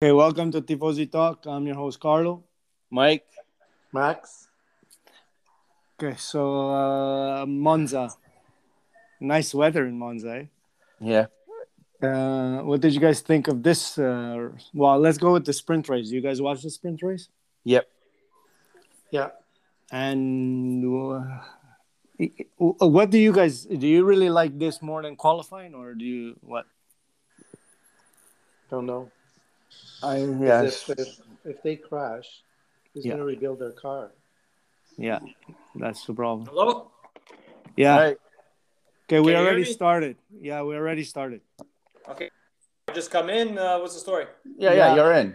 Hey, welcome to Tifosi Talk. I'm your host, Carlo. Mike, Max. Okay, so uh, Monza. Nice weather in Monza. yeah, Eh? Uh, what did you guys think of this? Uh, well, let's go with the sprint race. You guys watch the sprint race? yep, Yeah. And uh, what do you guys do? You really like this more than qualifying, or do you what? Don't know. I 'Cause yes, If, if, if they crash, who's Yeah. going to rebuild their car? Yeah, that's the problem. Hello? Yeah. All right. Okay, we Can you hear already me? started. Yeah, we already started. Okay. Just come in. Uh, what's the story? yeah, yeah, Yeah. you're in.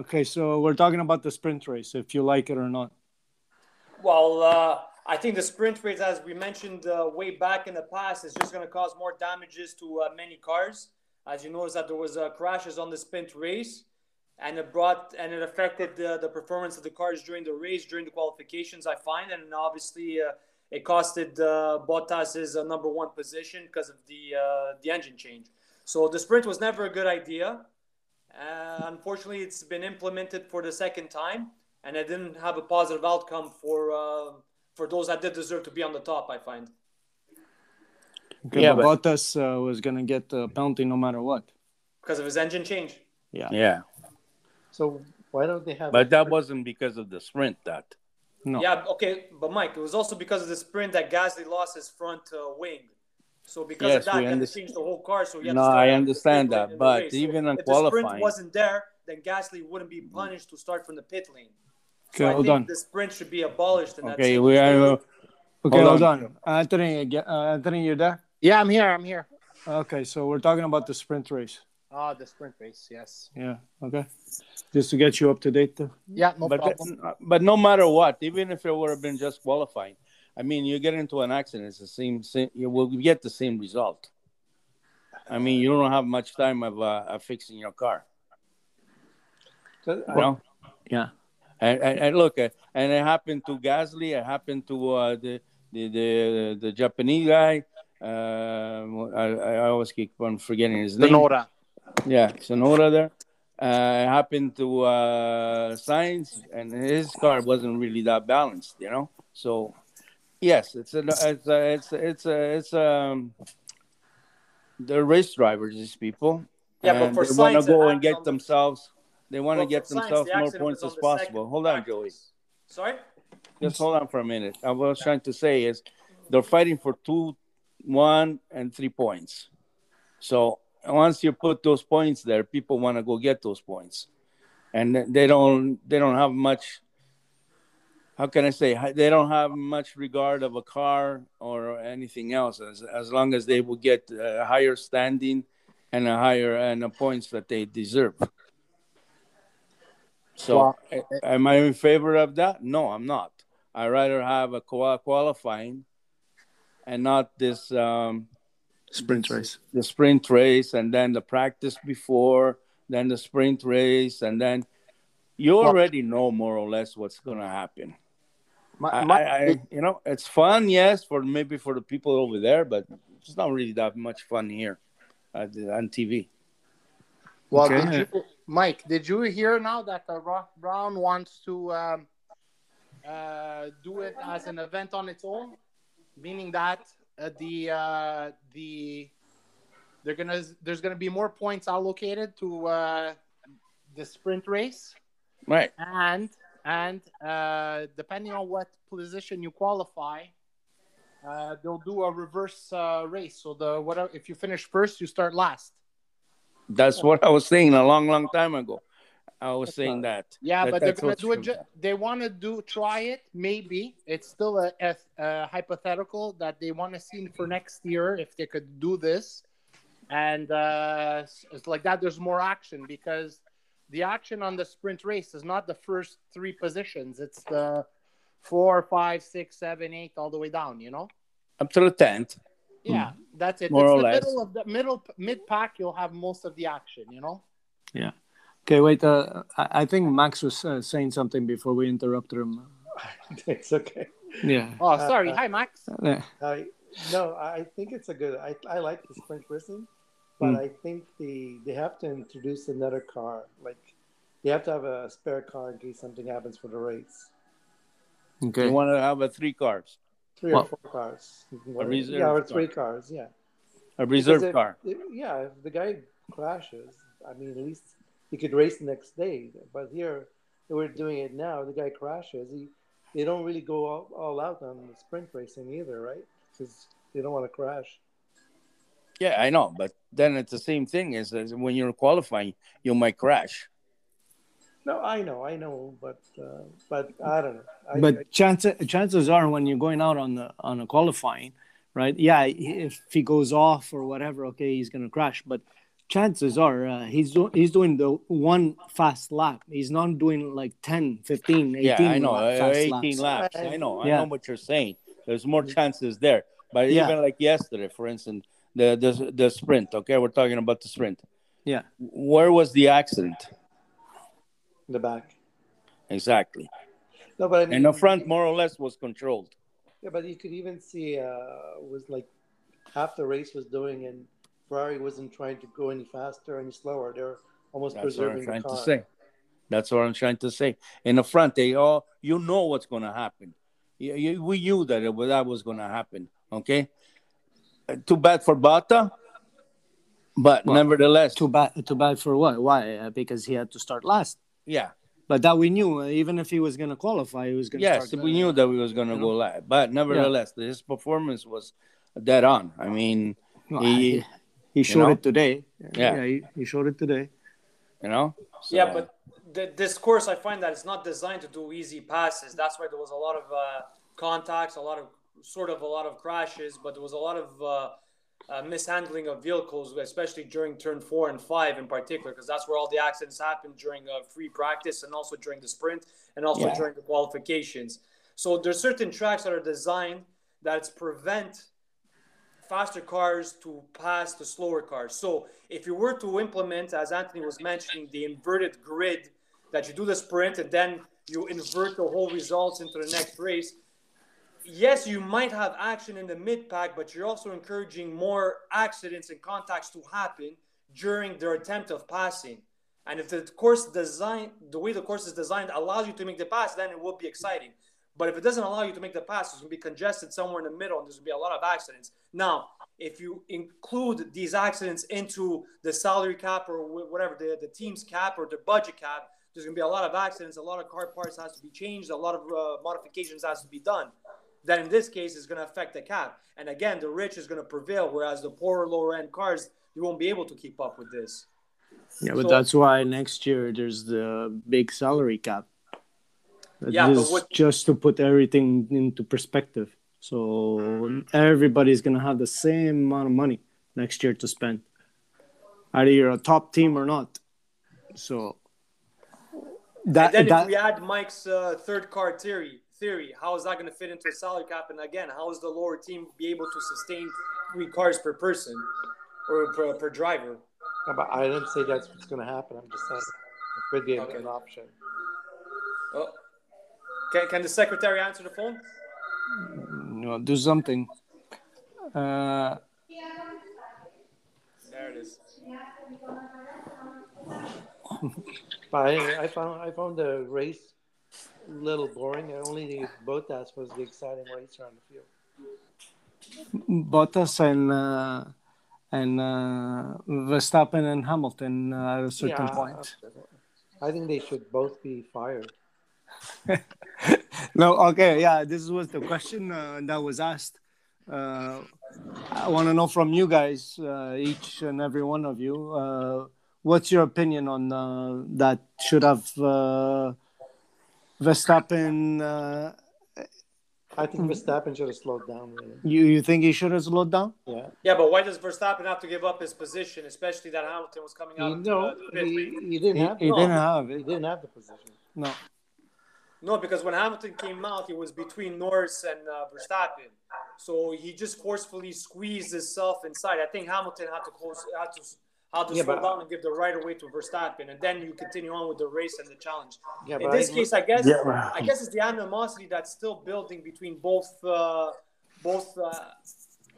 Okay, so we're talking about the sprint race, if you like it or not. Well, uh, I think the sprint race, as we mentioned uh, way back in the past, is just going to cause more damages to uh, many cars. As you noticed, that there was uh, crashes on the sprint race, and it brought and it affected uh, the, the performance of the cars during the race, during the qualifications. I find, and obviously, uh, it costed uh, Bottas's uh, number one position because of the uh, the engine change. So the sprint was never a good idea. Uh, unfortunately, it's been implemented for the second time, and it didn't have a positive outcome for uh, for those that did deserve to be on the top. I find. Okay, Yeah, but Bottas uh, was gonna get a penalty no matter what. because of his engine change. Yeah, So why don't they have? but that wasn't because of the sprint. That No. Yeah, okay, but Mike, it was also because of the sprint that Gasly lost his front uh, wing. So because Yes, of that, we they had to underst- change the whole car. So you had No, to start I at the understand pit that, lane in the but race. even So on if the qualifying- sprint wasn't there, then Gasly wouldn't be punished to start from the pit lane. Okay, So I hold think on. the sprint should be abolished. And Okay, we are. Okay, Hold hold on. on. Anthony, aga- uh, Anthony, you're there. Yeah, I'm here. I'm here. Okay, so we're talking about the sprint race. Oh, the sprint race. Yes. Yeah. Okay. Just to get you up to date. Though. Yeah, no but but no matter what, even if it would have been just qualifying, I mean, you get into an accident, it's the same. same you will get the same result. I mean, you don't have much time of, uh, of fixing your car. You know? Yeah. And, and, and look, uh, and it happened to Gasly. It happened to uh, the, the the the Japanese guy. Um, I, I always keep on forgetting his name. Yeah, Sonoda there. Uh, it happened to uh, Sainz, and his car wasn't really that balanced, you know. So, yes, it's a it's a it's a, it's a, it's um they're race drivers, these people. Yeah, but and for they want Sainz, to it go and happened get on the- themselves. They want to Well, get for Sainz, themselves the more accident points was as on the second possible. Hold on, practice. Joey. Sorry? Just hold on for a minute. I was trying to say is they're fighting for two, one, and three points. So once you put those points there, people want to go get those points, and they don't. They don't have much. How can I say? They don't have much regard of a car or anything else. As as long as they will get a higher standing, and a higher and the points that they deserve. So, Well, a- am I in favor of that? No, I'm not. I rather have a qual- qualifying, and not this um, Sprint race. the sprint race, and then the practice before, then the sprint race, and then you already know more or less what's going to happen. I, I, I- you know, it's fun, yes, for maybe for the people over there, but it's not really that much fun here at uh, the, on TV. Well, Okay. did you, Mike, did you hear now that the Ross Brown wants to um, uh, do it as an event on its own, meaning that uh, the uh, the they're gonna there's gonna be more points allocated to uh, the sprint race, Right. and and uh, depending on what position you qualify. Uh, they'll do a reverse uh, race. So the whatever if you finish first, you start last. That's what I was saying a long, long time ago. I was saying that. Yeah, That- but they're that's gonna what's do it. true. Ju- they want to do try it. Maybe it's still a, a, a hypothetical that they want to see for next year if they could do this, and uh, s- it's like that. There's more action because the action on the sprint race is not the first three positions. It's the four, five, six, seven, eight, all the way down. You know. Up to the tenth. Yeah, that's it. Hmm. More it's or the less. middle of the middle mid pack. You'll have most of the action. You know. Okay, wait. Uh, I I think Max was uh, saying something before we interrupted him. it's okay. Yeah. Oh, sorry. Hi, Max. Yeah. I, no, I think it's a good. I, I like the sprint racing, Hmm. but I think the they have to introduce another car. Like they have to have a spare car in case something happens for the race. They Okay. want to have a three cars, Three Well- or four cars. reserve yeah, or car. three cars. Yeah. a Because reserve if- car. if- yeah, if the guy crashes, I mean, at least he could race the next day. But here, they we're doing it now. The guy crashes. He, they don't really go all, all out on the sprint racing either, right? Because they don't want to crash. Yeah, I know, but then it's the same thing as, as when you're qualifying, you might crash. No, I know, I know, but uh, but I don't know. I, I, But chances chances are when you're going out on the on a qualifying, right? Yeah, if he goes off or whatever, okay, he's gonna crash. But chances are uh, he's do- he's doing the one fast lap. He's not doing like 10, 15, 18 Yeah, I know, lap- uh, fast 18 laps. laps. I know, I Yeah. know what you're saying. There's more chances there. But Yeah. even like yesterday, for instance, the, the the sprint. Okay, we're talking about the sprint. Yeah. Where was the accident in the back. exactly? No, but I mean, And the front more or less was controlled. Yeah, but you could even see uh, was like half the race was doing, and Ferrari wasn't trying to go any faster, any slower. They're That's what almost I'm preserving trying the to car. say. That's what I'm trying to say. In the front, they all you know what's going to happen. You, you, we knew that it, that was going to happen. Okay, Uh, too bad for Bata, but Well, nevertheless, Too bad. Too bad for what? Why? Uh, because he had to start last. yeah, But that we knew. uh, Even if he was gonna qualify, he was gonna. yes, start, we knew that we was going to you go live, but nevertheless, his performance was dead on. I mean, Well, he, I- He showed know? it today. Yeah. he, he showed it today. you know, so- Yeah, but the, this course, I find that it's not designed to do easy passes. That's why there was a lot of uh, contacts, a lot of sort of a lot of crashes, but there was a lot of uh, uh, mishandling of vehicles, especially during turn four and five in particular, because that's where all the accidents happened during uh, free practice and also during the sprint and also Yeah. during the qualifications. So there's certain tracks that are designed that's prevent faster cars to pass the slower cars. So if you were to implement, as Anthony was mentioning, the inverted grid that you do the sprint and then you invert the whole results into the next race. Yes, you might have action in the mid pack, but you're also encouraging more accidents and contacts to happen during their attempt of passing. And if the course design, the way the course is designed, allows you to make the pass, then it will be exciting. But if it doesn't allow you to make the pass, it's going to be congested somewhere in the middle, and there's going to be a lot of accidents. Now, if you include these accidents into the salary cap or wh- whatever the, the team's cap or the budget cap, there's going to be a lot of accidents, a lot of car parts has to be changed, a lot of uh, modifications has to be done. That in this case is going to affect the cap, and again, the rich is going to prevail, whereas the poorer lower end cars you won't be able to keep up with this. Yeah, but So- that's why next year there's the big salary cap. That Yeah, but is what- just to put everything into perspective. So everybody's gonna have the same amount of money next year to spend, either you're a top team or not. So that And then that if we add Mike's uh, third car theory, theory, how is that going to fit into a salary cap? And again, how is the lower team be able to sustain three cars per person or per, per driver? No, but I didn't say that's what's going to happen. I'm just saying it could be Okay. an option. Oh. Can, can the secretary answer the phone? no, do something. Uh, There it is. But I, I found I found the race a little boring. and Only the Botas was the exciting racer on the field. Bottas and uh, and uh, Verstappen and Hamilton uh, at a certain Yeah, point. I think they should both be fired. No, okay, yeah, this was the question uh, that was asked. Uh, I want to know from you guys, uh, each and every one of you, uh, what's your opinion on uh, that? Should have uh, Verstappen? Uh, I think Hmm. Verstappen should have slowed down. Really. you you think he should have slowed down? Yeah. Yeah, but why does Verstappen have to give up his position, especially that Hamilton was coming out? He, of no, Uh, the pit he, lane? he didn't He, have. he no, didn't have He it. didn't have the position. No. No, because when Hamilton came out, it was between Norris and uh, Verstappen. So he just forcefully squeezed himself inside. I think Hamilton had to close, had to, had to Yeah, slow but- down and give the right away to Verstappen, and then you continue on with the race and the challenge. Yeah, In but this I- case, I guess, Yeah, but- I guess it's the animosity that's still building between both, uh, both, uh,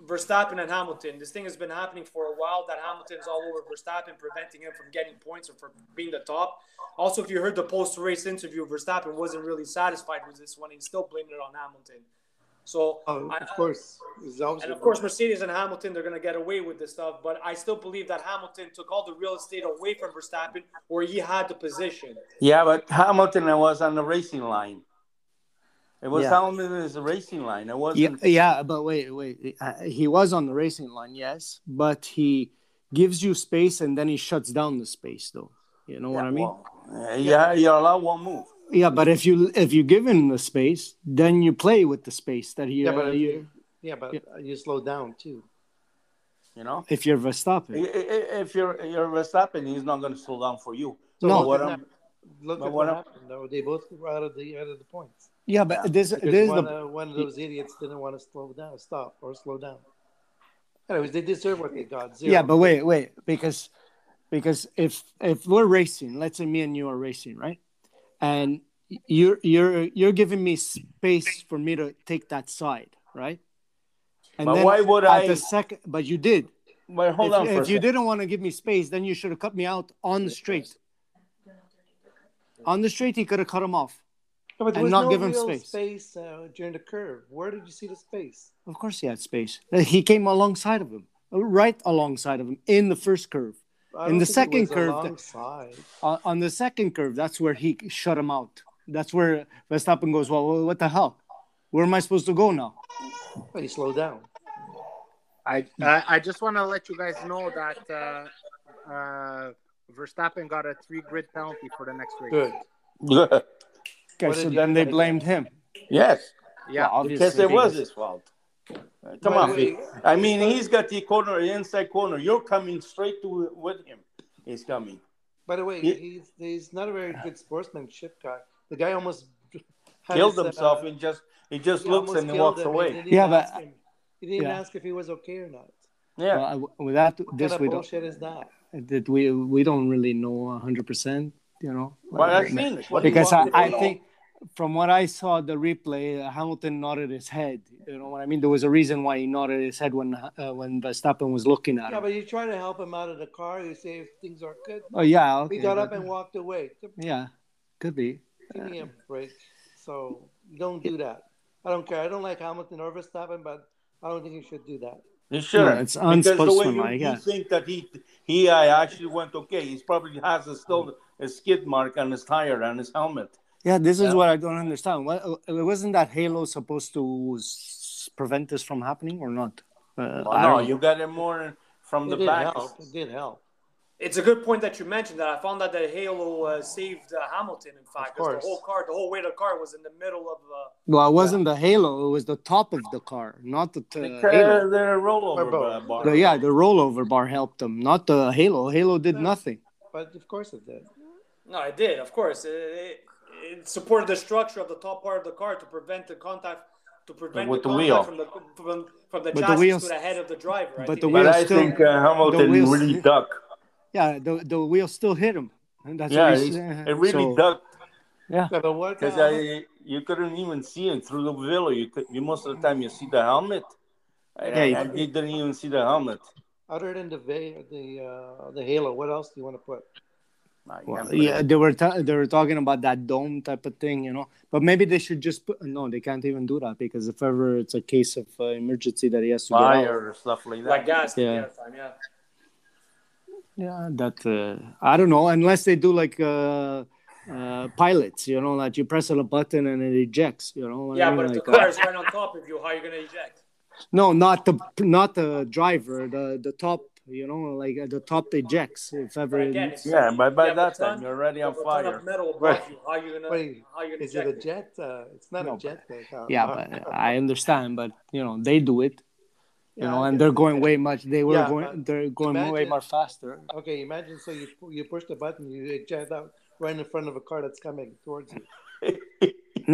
Verstappen and Hamilton. This thing has been happening for a while that Hamilton's all over Verstappen, preventing him from getting points or from being the top. Also, if you heard the post race interview, Verstappen wasn't really satisfied with this one. He's still blaming it on Hamilton. So, Oh, I- of course. It's obviously- and of course, Mercedes and Hamilton, they're going to get away with this stuff. But I still believe that Hamilton took all the real estate away from Verstappen where he had the position. Yeah, but Hamilton was on the racing line. It was Yeah. Hamilton's racing line. It yeah, wasn't. yeah, but wait, wait. Uh, he was on the racing line, yes, but he gives you space and then he shuts down the space, though. You know what I mean? Well, uh, yeah, you allow one move. yeah, but if you if you give him the space, then you play with the space that you. Yeah, but uh, if you you, yeah, but you slow down too. You know, if you're Verstappen, I- I- if you're you're Verstappen, he's not going to slow down for you. No, But what but I'm- Look But what at what I'm- happened. Though. They both were out of the out of the points. yeah, but this Because this is one, the uh, one of those idiots didn't want to slow down, stop, or slow down. Anyways, they deserve what they got. Zero. yeah, but wait, wait, because because if if we're racing, let's say me and you are racing, right? And you're you're you're giving me space for me to take that side, right? And But why would at I- the second? But you did. but hold if, on for a if you second. didn't want to give me space, then you should have cut me out on the straight. On the straight, he could have cut him off. Yeah, but there and was not no give him real space. space uh, during the curve. Where did you see the space? Of course, he had space. He came alongside of him, right alongside of him in the first curve. I In don't the think it second was curve, the- alongside. on, on the second curve, that's where he shut him out. That's where Verstappen goes, well, what the hell? Where am I supposed to go now? Well, you slow down. I Uh, I, I just want to let you guys know that uh, uh, Verstappen got a three grid penalty for the next race. Good. Good. Okay, What so did then you they think? blamed him. Yes, Yeah. Well, obviously. because it was his fault. Uh, Come Well, on, we- Vic. I mean, he's got the corner, inside corner. You're coming straight to with him. He's coming. By the way, Yeah. he's he's not a very good sportsmanship guy. The guy almost had Killed his, uh, himself and just he just he looks almost and he killed walks him. He away. didn't Yeah, but- ask him- he didn't Yeah. ask if he was okay or not. Yeah. Well, I- without This this, kind we of don't, bullshit is that? that we, we don't really know 100%, you know? Well, that's English. What do you because I, want me I to do? think from what I saw the replay, uh, Hamilton nodded his head. You know what I mean? There was a reason why he nodded his head when uh, when Verstappen was looking at Yeah, him. but you try to help him out of the car. You say if things are good. oh, yeah. Okay, He got but- up and walked away. Give yeah, could be. give me a break. So you don't do that. I don't care. I don't like Hamilton or Verstappen, but I don't think you should do that. You shouldn't. it's because the way you, unsportsmanlike, you yeah. think that he he uh, actually went okay. He's probably has a, still a skid mark on his tire on his helmet. Yeah, this is Yeah. what I don't understand. What uh, wasn't that Halo supposed to s- prevent this from happening or not? Uh, I no, don't- you got it more from the It did back. help. It did help. It's a good point that you mentioned that. I found out that Halo uh, saved uh, Hamilton, in fact, because course. the whole car, the whole weight of the car was in the middle of. Uh, well, it wasn't the Halo. It was the top of the car, not the t- The, Halo. the rollover Or uh, both. bar. The- yeah, the rollover bar helped them, not the Halo. Halo did nothing. But of course it did. no, it did, of course. It, it, it supported the structure of the top part of the car to prevent the contact. To prevent With the, the contact wheel. from the from, from the But the chassis wheels- to the head of the driver. I but think the it- But wheels I still- think uh, Hamilton wheels- really ducked. Yeah, the the wheel still hit him. And that's Yeah, what he's, he's- it really so- ducked Yeah, but what? uh, because I you couldn't even see him through the veil. You could you most of the time you see the helmet. I, Yeah, you- I, I didn't even see the helmet. Other than the va- the uh, the halo, what else do you want to put? I can't Well, believe yeah, it. they were ta- they were talking about that dome type of thing, you know. But maybe they should just put no. They can't even do that because if ever it's a case of uh, emergency that he has to get out. fire or stuff like that. like uh, gas. Yeah. Yeah. Time, yeah. Yeah, that uh, I don't know. Unless they do like uh, uh, pilots, you know, that you press on a button and it ejects, you know. what I Yeah, mean? but if the Like, uh, car is right on top of you, how are you going to eject? no, not the not the driver, the the top, you know, like uh, the top ejects if ever. But again, it- it's- yeah, by, by Yeah, that but ton- time you're already on Of a ton fire. of metal above Right. you. How are you going to Wait, how are you going to Is it eject? a it? jet? Uh, it's not No, a jet. Though, Carl. yeah, but I understand, but you know, they do it, you Yeah, know, I and guess they're they going can. way much. They were Yeah, going, but they're going way imagine- more faster. Okay, imagine so you pu- you push the button, you eject out right in front of a car that's coming towards you.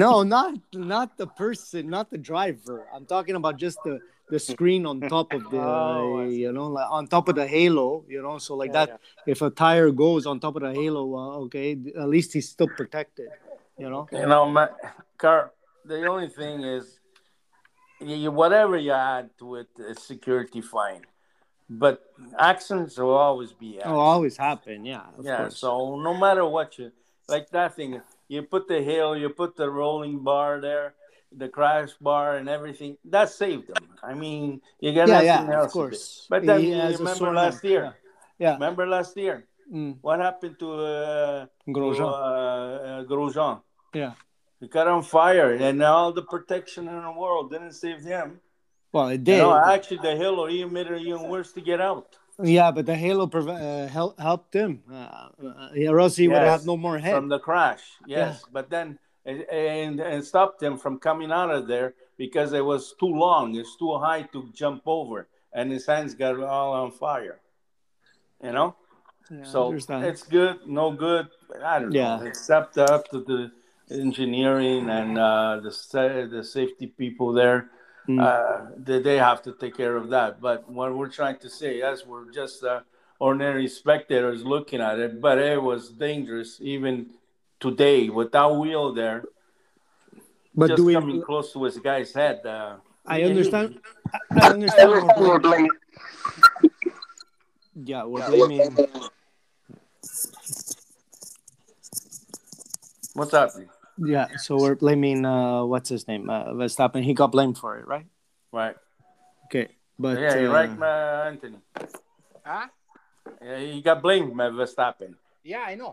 No, not not the person, not the driver. I'm talking about just the the screen on top of the uh, Oh, I see. you know like on top of the halo, you know. So like Yeah, that, if a tire goes on top of the halo, uh, okay, th- at least he's still protected, you know. You know, my car. The only thing is, you, whatever you add to it, it's security fine. But accidents will always be. Accidents. Oh, always happen. Yeah. of yeah. course. So no matter what you like that thing, you put the hill, you put the rolling bar there, the crash bar, and everything. That saved them. I mean, you got Yeah, nothing yeah, of else. to do. course. But then He you has a remember sore last neck, year. yeah. Remember last year. Mm. What happened to uh, to, Grosjean. uh, uh, Grosjean? Yeah. He got on fire, and all the protection in the world didn't save him. Well, it You did. know, actually, the hill or even made it even worse to get out. yeah, but the halo preve- uh, hel- helped him. Uh, uh, or else he would Yes. have no more head. from the crash. Yes, but then and and stopped him from coming out of there because it was too long. It's too high to jump over, and his hands got all on fire. You know, Yeah, I so understand. it's good, no good. I don't know. Yeah. It's up to up to the engineering and uh, the sa- the safety people there. Mm. Uh, they, they have to take care of that. But what we're trying to say, yes, we're just uh, ordinary spectators looking at it, but it was dangerous even today with that wheel there. but just do we? coming close to his guy's head. Uh, I understand. I- I understand. we're blaming- Yeah, we're blaming. what's happening? Yeah, so we're blaming. Uh, what's his name? Uh, Verstappen. He got blamed for it, right? Right. Okay, but yeah, you're uh, right, Ma- Anthony. Huh? Yeah, he got blamed, Ma- Verstappen. Yeah, I know.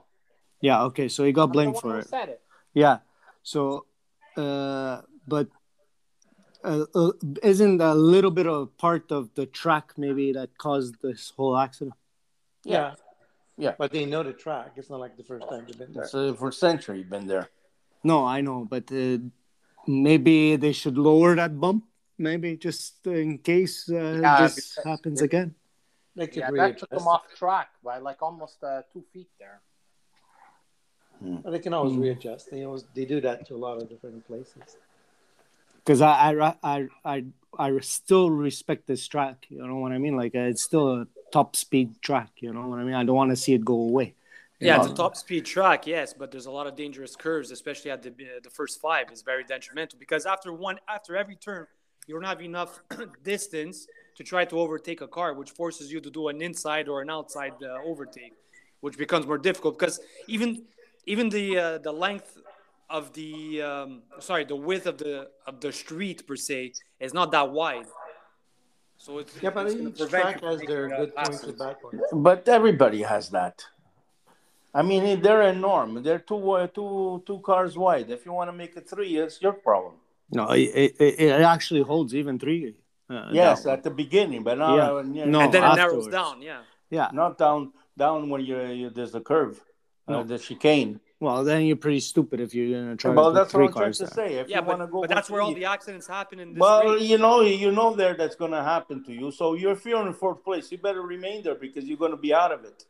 yeah, okay. So he got I'm the blamed one for who it. Said it. Yeah. So, uh, but uh, uh, isn't a little bit of part of the track maybe that caused this whole accident? Yeah. But they know the track. It's not like the first time they've been there. It's, uh, for century been there. No, I know, but uh, maybe they should lower that bump. Maybe just in case uh, Yeah, this because- happens again. They could Yeah, that took readjust. him off track by like almost uh, two feet there. Well, They can always readjust. They always they do that to a lot of different places. Because I, I, ra- I, I, I still respect this track. You know what I mean? Like uh, it's still a top speed track. You know what I mean? I don't want to see it go away. Yeah, it's Yeah. a top speed track, yes, but there's a lot of dangerous curves, especially at the uh, the first five. It's very detrimental because after one, after every turn, you don't have enough distance to try to overtake a car, which forces you to do an inside or an outside uh, overtake, which becomes more difficult because even even the uh, the length of the um, sorry the width of the of the street per se is not that wide. So it's Yeah, but it's gonna each prevent you track from has their making, uh, good points and passes. bad points. But everybody has that. I mean, they're enormous. They're two, uh, two, two cars wide. If you want to make it three, it's your problem. No, it, it, it it actually holds even three. Uh, yes, that one. at the beginning, but not Yeah. uh, near- No. And then it afterwards. narrows down, yeah. yeah. not down down when you, you there's the curve, uh, No. the chicane. Well, then you're pretty stupid if you're gonna try. well, to put that's what three I'm trying cars to there. say. If Yeah, you want to but, go, but that's where all three- the accidents happen in this well, race. you know, you know there that's going to happen to you. So you're feeling fourth place. You better remain there because you're going to be out of it.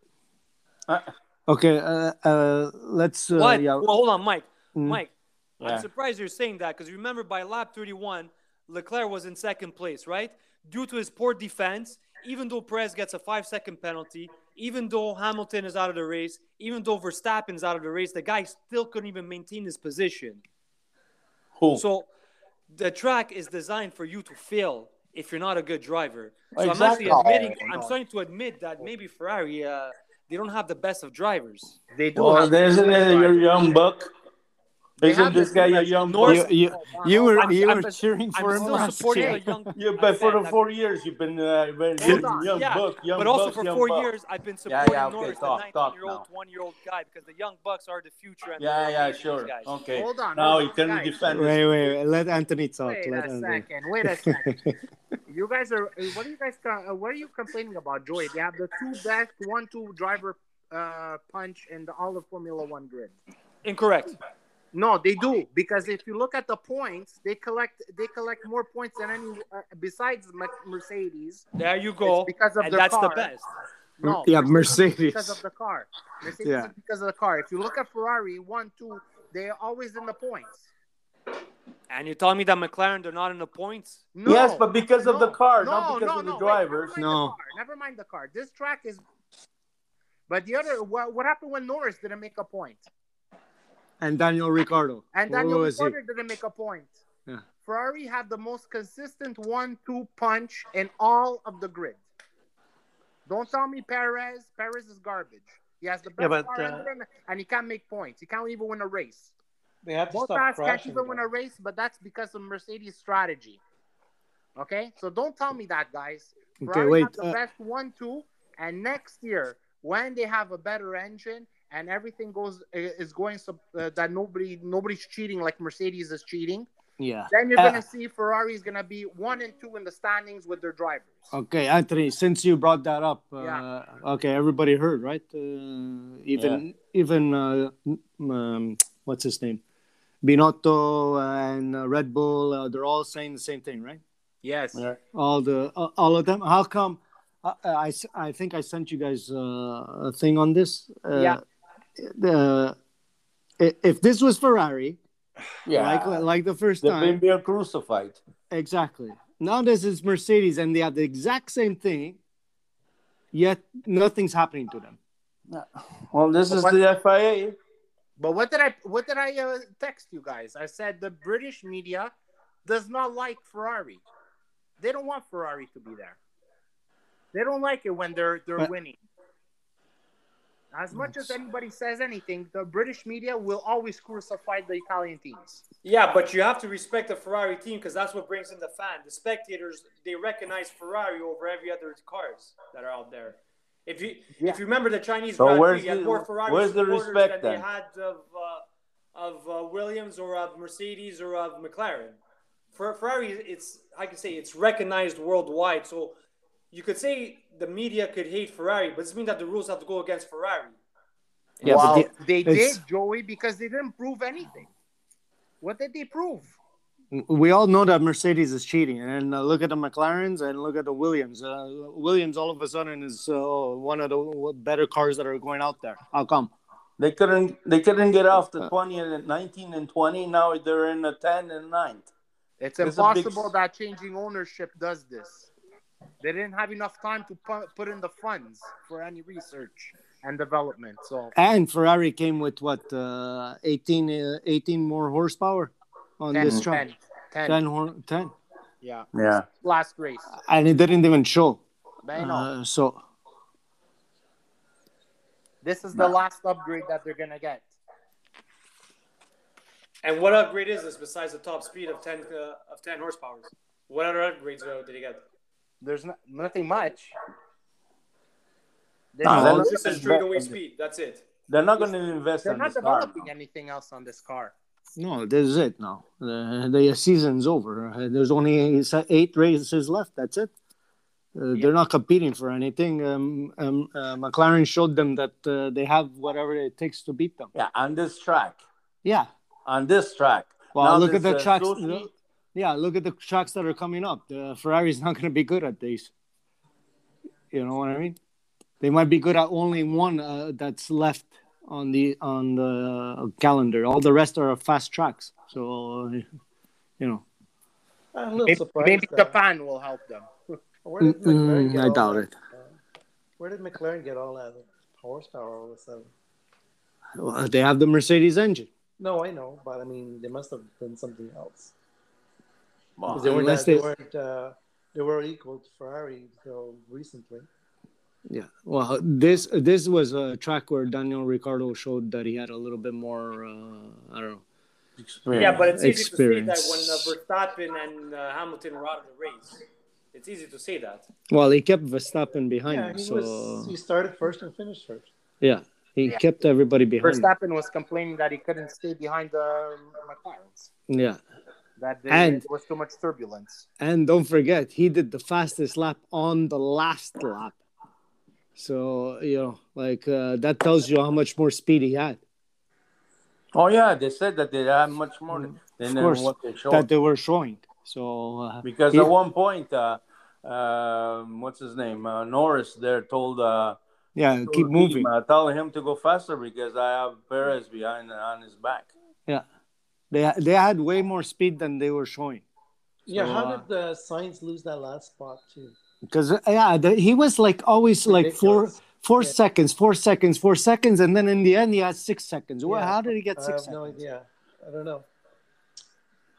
Okay, uh, uh, let's. Uh, What? Yeah, Well, hold on, Mike. Mm. Mike, Yeah. I'm surprised you're saying that because remember by lap 31, Leclerc was in second place, right? Due to his poor defense, even though Perez gets a five second penalty, even though Hamilton is out of the race, even though Verstappen's out of the race, the guy still couldn't even maintain his position. Who? So the track is designed for you to fail if you're not a good driver. So Exactly. I'm actually admitting, I'm starting to admit that maybe Ferrari, uh, they don't have the best of drivers. They do. well, have- isn't it your young buck? They Isn't have this the- guy your young buck? Norris- you, Oh, you, you were I'm- you I'm- were cheering I'm for him still last supporting year. a young. Yeah, I but for said the I've- four years you've been uh, been- Hold young, on. young yeah, buck, young but also buck, for young four buck. years, I've been Yeah, yeah, supporting okay, Norris, talk, the talk 19 year old, now. 20 year old guy, because the young bucks are the future. And Yeah, they're yeah, amazing sure. guys. Okay. Hold on, Now hold he on, can guys. defend. his- Wait, wait, wait, let Anthony talk. Wait let a Anthony. second. Wait a second. You guys are. What are you guys? uh, What are you complaining about, Joy? They have the two best one-two driver uh, punch in the, all of Formula One grid. Incorrect. No, they do because if you look at the points, they collect. They collect more points than any uh, besides Mer- Mercedes. There you go. It's because of and their that's the car. best. No, yeah, is Mercedes. because of the car. Mercedes Yeah. is because of the car. If you look at Ferrari, one, two, they are always in the points. And you tell me that McLaren, they're not in the points? No, yes, but because of the no, car, no, not because no, of the no, wait, drivers. never mind No. the car, never mind the car. This track is. But the other, what, what happened when Norris didn't make a point, And Daniel Ricciardo. and Where Daniel was he? Ricciardo didn't make a point? Yeah. Ferrari had the most consistent one-two punch in all of the grid. Don't tell me Perez. Perez is garbage. He has the best Yeah, but, car uh, under him, and he can't make points. He can't even win a race. They have to stop Bottas can't crashing. even win though. a race, but that's because of Mercedes' strategy. Okay, so don't tell me that, guys. Okay, Ferrari wait, have the uh, best one-two, and next year when they have a better engine and everything goes is going so, uh, that nobody nobody's cheating like Mercedes is cheating, Yeah. then you're Uh, gonna see Ferrari is gonna be one and two in the standings with their drivers. Okay, Anthony. Since you brought that up, uh, Yeah. okay, everybody heard, right? Uh, even even uh, um, what's his name, Binotto and uh, Red Bull. Uh, they're all saying the same thing, right? Yes. Yeah. all the uh, all of them how come I, I s- I think i sent you guys uh, a thing on this uh, Yeah. the i- if this was ferrari like like the first They've time been being crucified. exactly now this is mercedes and they have the exact same thing yet nothing's happening to them Well, this is What- the FIA. But what did I what did I uh, text you guys? I said the British media does not like Ferrari. They don't want Ferrari to be there. They don't like it when they're they're But- Mm. winning. As much as anybody says anything, the British media will always crucify the Italian teams. Yeah, but you have to respect the Ferrari team because that's what brings in the fan. The spectators they recognize Ferrari over every other cars that are out there. If you if you remember the Chinese So Grand where's Prix, you had the- more Ferrari where's the supporters respect than they then? had of uh, of uh, Williams or of Mercedes or of McLaren. For Ferrari, it's I can say it's recognized worldwide. So you could say the media could hate Ferrari, but it doesn't mean that the rules have to go against Ferrari. yeah well, but they it's- did, Joey, because they didn't prove anything. What did they prove? the- we all know that mercedes is cheating and uh, look at the mclarens and look at the williams uh, williams all of a sudden is uh, one of the better cars that are going out there how come They couldn't. They couldn't get off the 20 and 19 and 20. Now they're in the 10 and 9. It's There's a big- impossible that changing ownership does this. They didn't have enough time to pu- put in the funds for any research and development. So And Ferrari came with what uh, 18, uh, 18 more horsepower on 10, this track. 10, 10, 10, hor- 10. yeah, Yeah. last race. and it didn't even show. But you know, Uh, so this is the last upgrade that they're gonna get. And what upgrade is this besides the top speed of ten uh, of ten horsepower? What other upgrades uh, did he get? There's no, nothing much. They're, No, not, that's- Just a straightaway speed. That's it. They're not going to invest they're in not this car. developing anything else on this car. no, this is it now. Uh, the season's over. Uh, there's only eight races left. That's it. Uh, They're not competing for anything. Um, um, uh, McLaren showed them that uh, they have whatever it takes to beat them. Yeah, on this track. Yeah. On this track. Well, Now look at this, the uh, tracks. Suzuki- yeah, look at the tracks that are coming up. The Ferrari's not going to be good at these. You know what I mean? They might be good at only one uh, that's left on the on the calendar. All the rest are fast tracks. So, uh, you know, I'm a little Maybe, surprised. maybe uh, Japan will help them. where did McLaren get Mm, I all doubt that? it. Where did McLaren get all that horsepower all of a sudden? Uh, they have the Mercedes engine. No, I know, but I mean, they must have done something else. Well, 'Cause they weren't, uh, Unless they they- weren't uh, they were equal to Ferrari until recently. Yeah. Well, this this was a track where Daniel Ricciardo showed that he had a little bit more. Uh, I don't know. Yeah, but it's easy to Experience. say that when uh, Verstappen and uh, Hamilton were out of the race. It's easy to say that. Well, he kept Verstappen behind Yeah, him, he so was. He started first and finished first. yeah, he Yeah. kept everybody behind. him. Verstappen was complaining that he couldn't stay behind the McLarens. Yeah. That there And- was too much turbulence. And don't forget, he did the fastest lap on the last lap. So, you know, like uh, that tells you how much more speed he had. Oh, yeah. They said that they had much more than, than Mm, course, what they showed. That they were showing. So, uh, Because He- at one point, uh, um, what's his name? Uh, Norris there told, uh, yeah, told keep him, moving. uh, tell him to go faster because I have Perez behind on his back. They, they had way more speed than they were showing. Yeah, So, how uh, did the Sainz lose that last spot too? Because, uh, yeah, the, he was like always like four, Ridiculous. four Yeah. seconds, four seconds, four seconds. And then in the end, he had six seconds. Well, Yeah. how did he get I have six seconds? no idea. I don't know.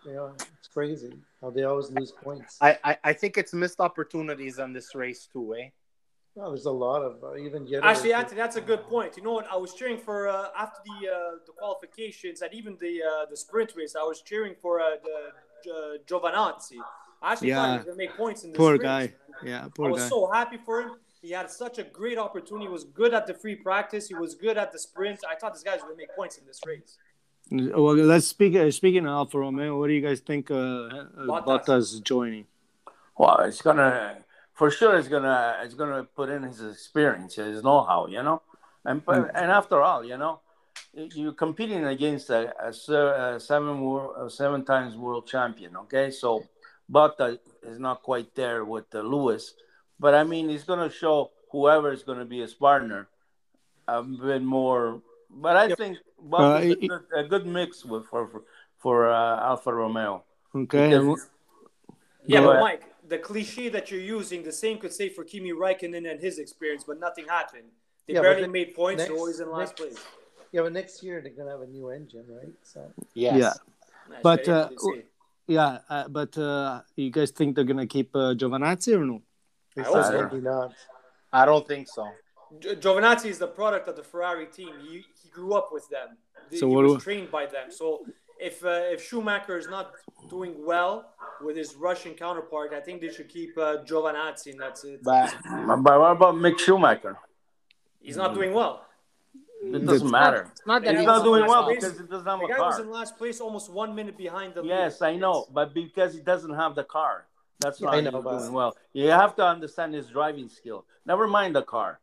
You know, crazy how they always lose points. I, I, I think it's missed opportunities on this race too, eh? Oh, there's a lot of uh, even Jeddah was Actually, just- Anthony, that's a good point. You know what? I was cheering for uh, after the uh, the qualifications and even the uh, the sprint race. I was cheering for uh, the uh, Giovanazzi. I actually thought he Yeah. was gonna make points in the Poor sprint. guy. Yeah, I poor was guy. so happy for him. He had such a great opportunity. He was good at the free practice. He was good at the sprint. I thought this guy's gonna make points in this race. well, let's speak. Uh, speaking of Alfa Romeo, what do you guys think? Uh, uh, Bottas. Bottas. joining. Well, it's gonna for sure. It's gonna it's gonna put in his experience, his know-how, you know. And but, and after all, you know, you're competing against a, a, se- a seven world, a seven times world champion. Okay, so Bata is not quite there with the Lewis, but I mean, he's gonna show whoever is gonna be his partner a bit more. But I think Bata is Uh, a, it- good, a good mix with for for, for uh, Alfa Romeo. Okay. Because and it's- Yeah, Go but ahead. Mike, the cliche that you're using, the same could say for Kimi Räikkönen and his experience, but nothing happened. They Yeah, but barely the- made points. They're next- always in last next- place. Yeah, but next year they're gonna have a new engine, right? So Yes. Yeah. Nice, But, very uh, good to see. Yeah, uh, but uh, you guys think they're gonna keep uh, Giovanazzi or no? they I hope said so. maybe not. I don't think so. Gio- Giovinazzi is the product of the Ferrari team. He, he grew up with them. He- So he what do- was trained by them. So if uh, if Schumacher is not doing well with his Russian counterpart, I think they should keep uh, Giovinazzi, and that's it. But But what about Mick Schumacher? He's not doing well. It That's- doesn't matter. it's not that He's He's he not was- doing last well place. because he doesn't have The a guy was in car. last place, almost one minute behind the. Yes, leader. I know, but because he doesn't have the car, that's Yeah, why I he's know, but- doing well. You have to understand his driving skill. Never mind the car;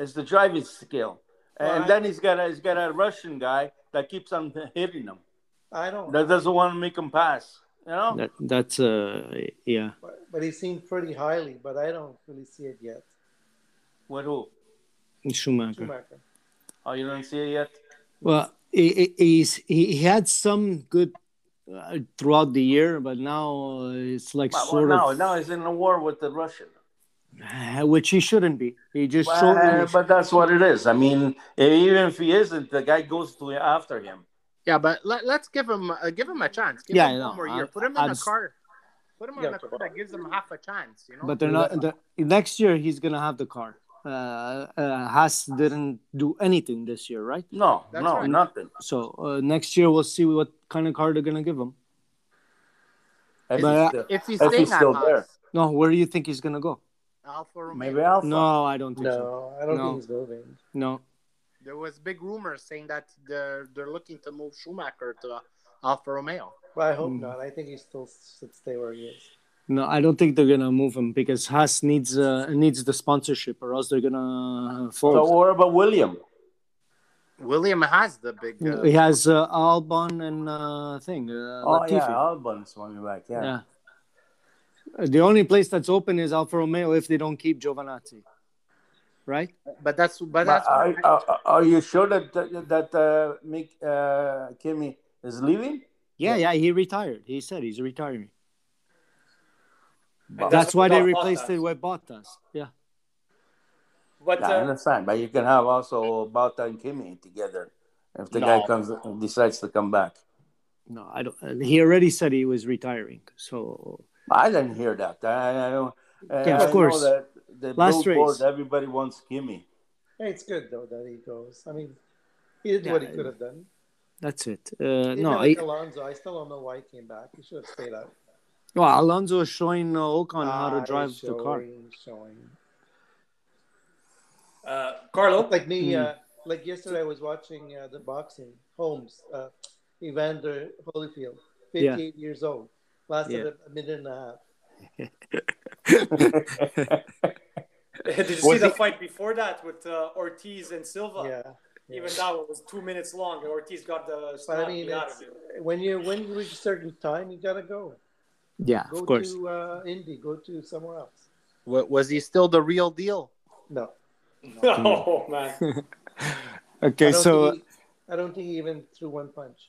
it's the driving skill. Well, And I- then he's got a, he's got a Russian guy that keeps on hitting him. I don't. That doesn't want to make him pass. You know. That, that's uh, yeah. But, but he seemed pretty highly, but I don't really see it yet. With who? Schumacher. Schumacher. Oh, you don't see it yet. Well, he, he- he's he he had some good uh, throughout the year, but now uh, it's like Well, sort now, of now he's in a war with the Russian. Uh, which he shouldn't be. He just Well, showed. but that's what it is. I mean, even if he isn't, the guy goes to after him. Yeah, but let, let's give him uh, give him a chance. Give Yeah, him I one know. more I- year. Put him in I'm a s- car. Put him Yeah, in a car that gives him half a chance. You know. But they're not. The, next year he's gonna have the car. Uh, uh, Haas didn't do anything this year, right? No, That's no, right. nothing. So uh, next year we'll see what kind of car they're gonna give him. If But, he's uh, still- if he's If staying he's still at there. us, No, where do you think he's gonna go? Alfa Romeo. maybe Alpha. No, I don't think so. No, I don't No. think he's moving. No, There was big rumors saying that they're they're looking to move Schumacher to Alfa Romeo. But I hope Mm. not. I think he still should stay where he is. no, I don't think they're gonna move him because Haas needs uh, needs the sponsorship, or else they're gonna uh, So fold. what about William? William has the big. Uh, he has uh, Albon and uh, thing. Uh, oh Latifi. yeah, Albon's coming back. Yeah. Yeah. The only place that's open is Alfa Romeo if they don't keep Giovanazzi, right? But that's but But that's are, what I- are, are you sure that that uh, Mick uh, Kimmy is leaving? Yeah, yeah, he retired. He said he's retiring. And That's why they without replaced Bottas. it with Bottas. Yeah, But Yeah, I uh, understand, but you can have also Bauta and Kimmy together if the No. guy comes decides to come back. no, I don't. uh, He already said he was retiring. So I didn't hear that. I, I don't. I- Yeah, of I know course. that the Last billboard, race. everybody wants Kimmy. Hey, it's good though that he goes. I mean, he did Yeah, what he I- could have done. that's it. Uh, Even no, like I- Alonso, I still don't know why he came back. He should have stayed out. well, Alonso is showing uh, Ocon how to Ah, drive he's the car. showing, showing. uh, Carlo, Like me, Hmm. uh, like yesterday, I was watching uh, the boxing. Holmes, uh, Evander Holyfield, Yeah. 58 years old, lasted Yeah. a minute and a half. did you see Was the he- fight before that with uh, Ortiz and Silva? Yeah. Even that one was two minutes long, and Ortiz got the But I snot mean, beat out of it's, it. when you when you reach a certain time, you gotta go. Yeah, Go of course. to uh, Indy. Go to somewhere else. wa- was he still the real deal? No. Oh man, Okay, I don't so think he, I don't think he even threw one punch.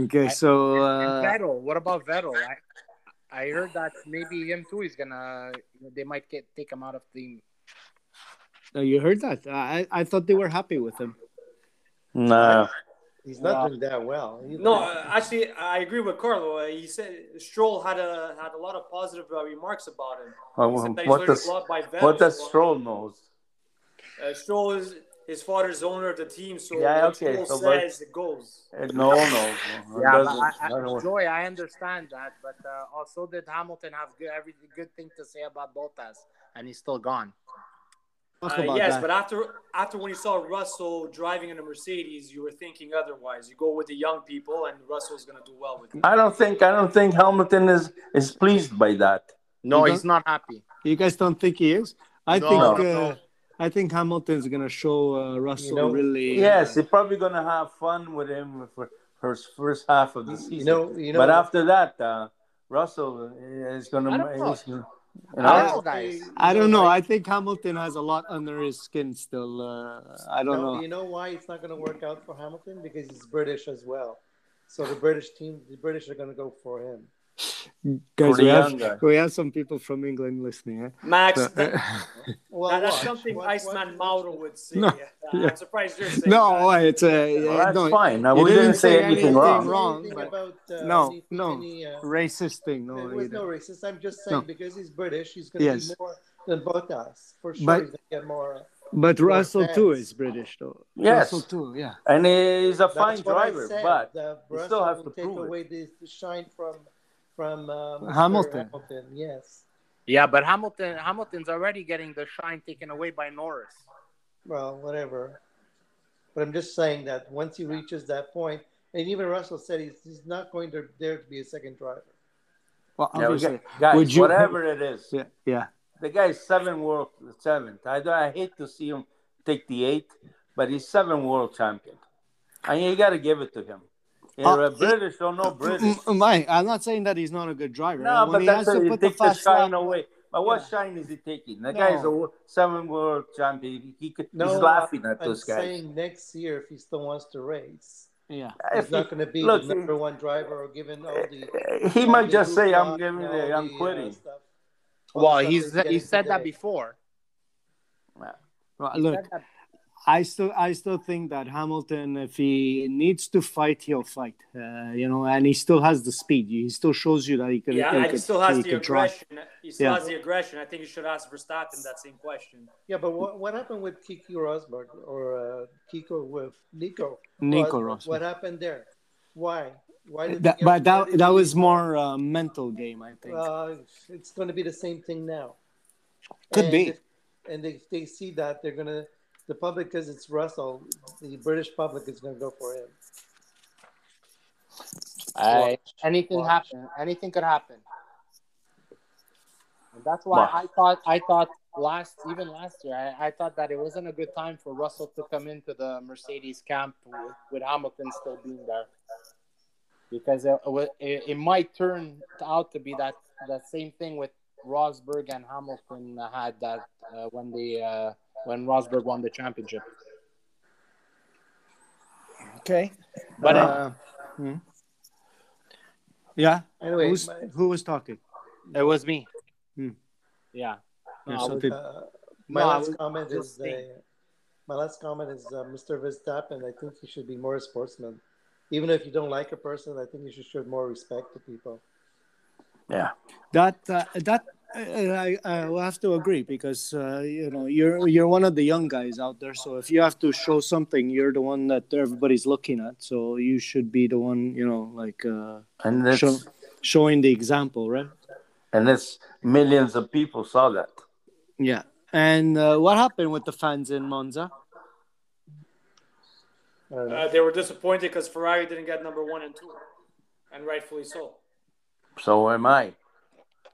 okay, so and uh, Vettel, what about Vettel? I, I heard that maybe him too is gonna they might get take him out of team. you heard that? I I thought they were happy with him. No, He's not doing that well. either. No, uh, actually, I agree with Carlo. Uh, he said Stroll had a had a lot of positive uh, remarks about him. Uh, He said that he's what learned a does lot by Vettel. what does Stroll knows? Uh, Stroll is his father's owner of the team, so Yeah, what okay, Stroll so but- says it goes. Uh, No one knows. No, it Yeah, but doesn't- I, I, doesn't work. Joy, I understand that, but uh, also did Hamilton have good, every good thing to say about Bottas, and he's still gone. Talk Uh, about yes, that. but after after when you saw Russell driving in a Mercedes, you were thinking otherwise. You go with the young people, and Russell's going to do well with it. I don't think I don't think Hamilton is is pleased by that. No, Mhm. he's not happy. you guys don't think he is? I No, think no, uh, no. I think Hamilton's gonna show uh, Russell know, really. Yes, he's probably gonna have fun with him for for his first half of the season. You know, you know. but after that, uh, Russell is gonna. I don't know. is gonna- you I know? don't know, guys. I don't know. I think Hamilton has a lot under his skin still. Uh, I don't No, know. You know why it's not going to work out for Hamilton because he's British as well. So the British team, the British are going to go for him. Guys, For the we have, young guy. we have some people from England listening. Max, Eh? that, Well, that's watch. something Watch- Iceman watch- Mauro would say. No, Uh, yeah. I'm surprised you're saying no, oh, that. it's a Well, that's no, fine. Now, you we didn't didn't, say say anything, anything wrong. wrong. Anything but- about, uh, no, any- no. any, uh, racist thing. No, there you was no don't. racist. I'm just saying No. because he's British, he's going to Yes. be more than Bottas for sure. But- he's going to get more. but Russell too offense. is British though. Yes. Russell too. Yeah. And he's a fine That's what I driver, said, but the you Russell still have will to take prove it. away the, the shine from from uh, Mr. Hamilton. Hamilton. Yes. Yeah, but Hamilton Hamilton's already getting the shine taken away by Norris. Well, whatever. But I'm just saying that once he reaches that point, and even Russell said he's, he's not going to dare to be a second driver. Well, Yeah, we obviously. got- guys, Would you- whatever it is, Yeah. Yeah. the guy's seven world seventh. I, don't- I hate to see him take the eight, but he's seven world champion, and you got to give it to him. You know, Uh, British don't know British. M- Mike, I'm not saying that he's not a good driver. eh? No, mm, When but he that's has a, to you put the take the fast shine lap- away. But what Yeah. shine is he taking? The No. guy's a wo- seven world champion. He could, No, he's laughing at I'm those guys. saying next year, if he still wants to race, Yeah. If he's not going to be look, the number one driver or given all the. he, he all might the just say, "I'm hoopla giving, and all it, I'm the, uh, quitting." stuff. All the Well, stuff he's getting he said that today. before. Well, look, I still I still think that Hamilton, if he needs to fight, he'll fight. Uh, you know, and he still has the speed. He still shows you that he could. Yeah, he and he could- still has he the could try. aggression. He still Yeah. has the aggression. I think you should ask Verstappen that same question. Yeah, but what, what happened with Kiki Rosberg or uh, Kiko with Nico? Nico What- Rosberg. What happened there? Why? Why That, did they get- but why that did that they- was more uh, mental game, I think. Uh, it's going to be the same thing now. Could and be. If, and if they see that, they're going to, the public, because it's Russell, the British public is going to go for him. I, anything happen. Anything could happen. And that's why I thought I thought last even last year I, I thought that it wasn't a good time for Russell to come into the Mercedes camp with, with Hamilton still being there because it, wa- it, it might turn out to be that that same thing with Rosberg and Hamilton had that uh, when they uh, when Rosberg won the championship. okay. But Uh, hmm. yeah, Anyway, who's, my- who was talking? it, it was me. Hmm. Yeah. There's I some was- people- uh, my No, I last was comment just is, uh, my last comment is uh, Mr. Verstappen, I think he should be more a sportsman. Even if you don't like a person, I think you should show more respect to people. Yeah, that uh, that uh, I, I will have to agree because uh, you know you're you're one of the young guys out there. So if you have to show something, you're the one that everybody's looking at. So you should be the one, you know, like uh, and that's show, showing the example, right? and that's millions of people saw that. Yeah. And uh, what happened with the fans in Monza? I don't know. Uh, they were disappointed because Ferrari didn't get number one and two, and rightfully so. So am I.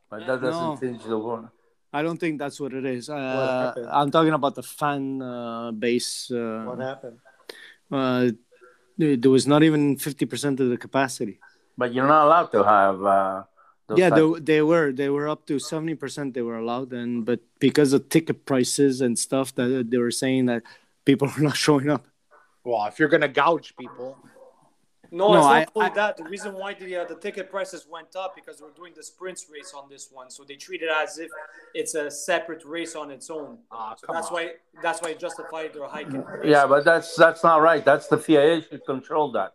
But that doesn't No. change the world. I don't think that's what it is. Uh, happened? I'm talking about the fan uh, base. Uh, what happened? uh, there was not even 50% of the capacity. But you're not allowed to have. Uh, those yeah type- they, they were they were up to 70% they were allowed and but because of ticket prices and stuff that uh, they were saying that people were not showing up Well, if you're gonna gouge people, No, No, it's I- not only I- that. The reason why the uh, the ticket prices went up because we're doing the sprints race on this one, so they treat it as if it's a separate race on its own. Ah, So come that's on. why that's why it justified their hike. in price. Yeah, but that's that's not right. That's the FIA should control that.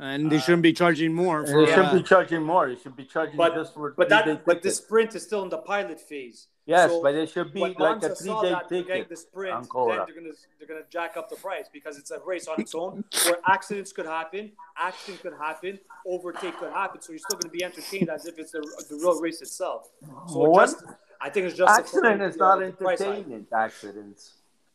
and they shouldn't be charging more. For, They should uh, be charging more. They should be charging But- just for but three-day that but the tickets. sprint is still in the pilot phase. yes, so but they should be when like a Monza saw three-day that they're getting ticket. the sprint, on Cora. then they're gonna they're gonna jack up the price because it's a race on its own where accidents could happen, action could happen, overtake could happen. So you're still gonna be entertained as if it's the, the real race itself. So What? just I think it's just Accident is not entertainment. Accidents.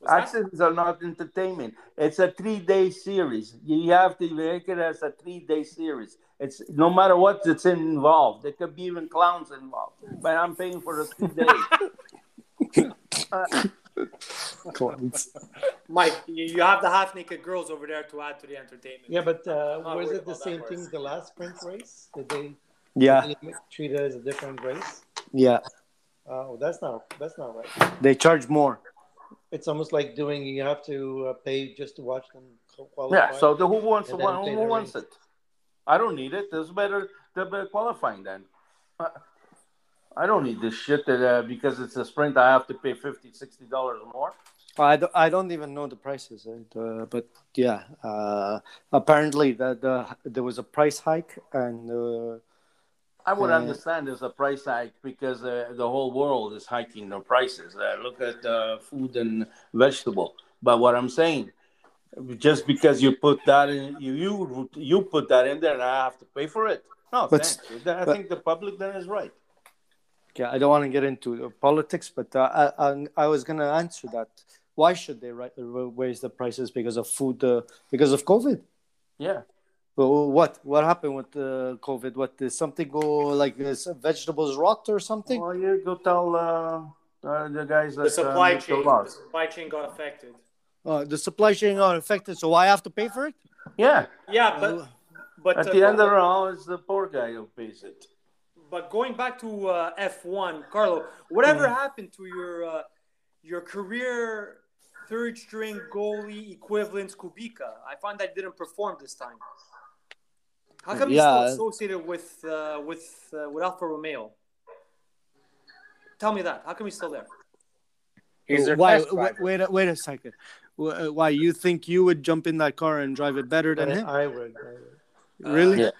Accidents are not entertainment. It's a three-day series. You have to make it as a three-day series. It's no matter what that's involved. There could be even clowns involved. But I'm paying for the three days. uh, Mike, you, you have the half naked girls over there to add to the entertainment. Yeah, but uh, not was worried it the about that same part. thing the last sprint race? Did they, yeah, did they treat it as a different race? yeah, Oh, that's not that's not right. they charge more. It's almost like doing you have to uh, pay just to watch them qu- qualify. Yeah. So the, who wants And the then one? play Who the wants race. it? I don't need it. There's better. There's better qualifying then. Uh, I don't need this shit that uh, because it's a sprint. I have to pay 50 dollars more. I don't, I don't even know the prices, uh, uh, but yeah, uh, apparently that uh, there was a price hike and uh, I would Yeah. Mm-hmm. understand there's a price hike because uh, the whole world is hiking their prices. Uh, look at uh, food and vegetable. But what I'm saying, just because you put that in, you you, you put that in there, and I have to pay for it. No, But- thanks. I but- think the public then is right. yeah, I don't want to get into uh, politics, but uh, I, I, I was gonna answer that. Why should they ri- raise the prices because of food? Uh, because of COVID? Yeah. Well, what what happened with uh, COVID? What did something go like this? Vegetables rot or something? Well, you go tell uh, uh, the guys that the supply uh, make the chain, the laws. supply chain got affected. Uh, the supply chain got affected, so I have to pay for it. Yeah, Yeah, but but at uh, the end go- of the all, it's the poor guy who pays it. But going back to uh, F1, Carlo, whatever Mm. happened to your uh, your career third string goalie equivalent Kubica? I found that he didn't perform this time. How come Yeah. he's still associated with uh, with uh, with Alfa Romeo? Tell me that. How come he's still there? He's their why? test driver. Wait, wait, a- wait a second. Wh- uh, Why you think you would jump in that car and drive it better than I, him? I would. I would. Really? Yeah.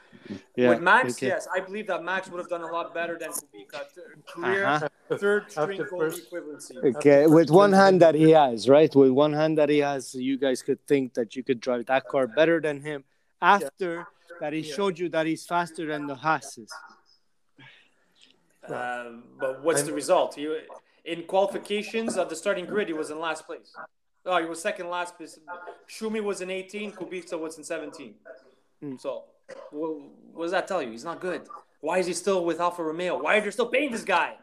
Yeah. With Max, okay. yes, I believe that Max would have done a lot better than Kubica. Th- Career Uh-huh. third string After goalie first- equivalency. Okay, After with one first hand that incident. he has, right? With one hand that he has, you guys could think that you could drive that car better than him after that he Yeah. showed you that he's faster than the Haas's. Um, but what's I'm- the result? He, in qualifications of the starting grid, he was in last place. Oh, he was second last place. Schumi was in 18, Kubica was in 17. Hmm. So, wha- what does that tell you? He's not good. Why is he still with Alfa Romeo? Why are they still paying this guy?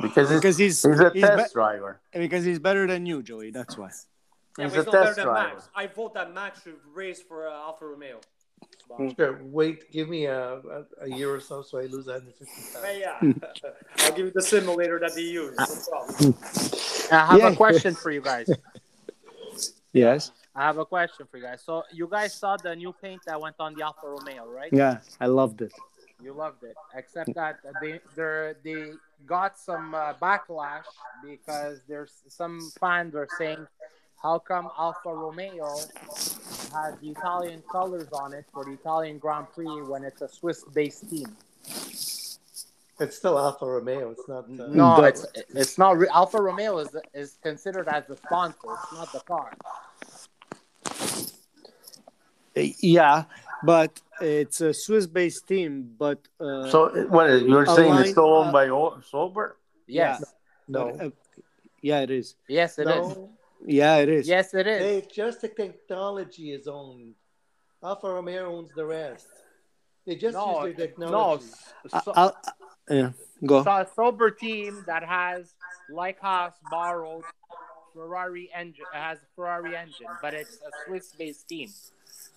Because he's, Because he's- he's a he's test be- driver. Because he's better than you, Joey. That's why. He's Yeah, but a he's not better test than driver. Max. I vote that Max should race for uh, Alfa Romeo. Sure. Wait. Give me a, a, a year or so, so I lose 150 pounds. Hey, yeah. I'll give you the simulator that they use. No problem. I have Yeah. a question for you guys. Yes. I have a question for you guys. So you guys saw the new paint that went on the Alfa Romeo, right? Yeah, I loved it. You loved it, except that they they they got some uh, backlash because there's some fans were saying, "How come Alfa Romeo has the Italian colors on it for the Italian Grand Prix when it's a Swiss-based team?" It's still Alfa Romeo. It's not. Uh, No, But- it's it's not. Re- Alfa Romeo is is considered as the sponsor. It's not the car. Uh, Yeah, but it's a Swiss-based team. But uh, So uh, what is- you're A saying line- it's still owned uh, by o- Sauber? Yes, but, no. uh, yeah, it is. yes, it is. no. Yeah, it is. Yes, it is. Dave, just the technology is owned. Alfa Romeo owns the rest. They just no, use their no. technology. I, So, I'll- uh, yeah, go. so a sober team that has like Haas borrowed Ferrari engine has a Ferrari engine, but it's a Swiss-based team,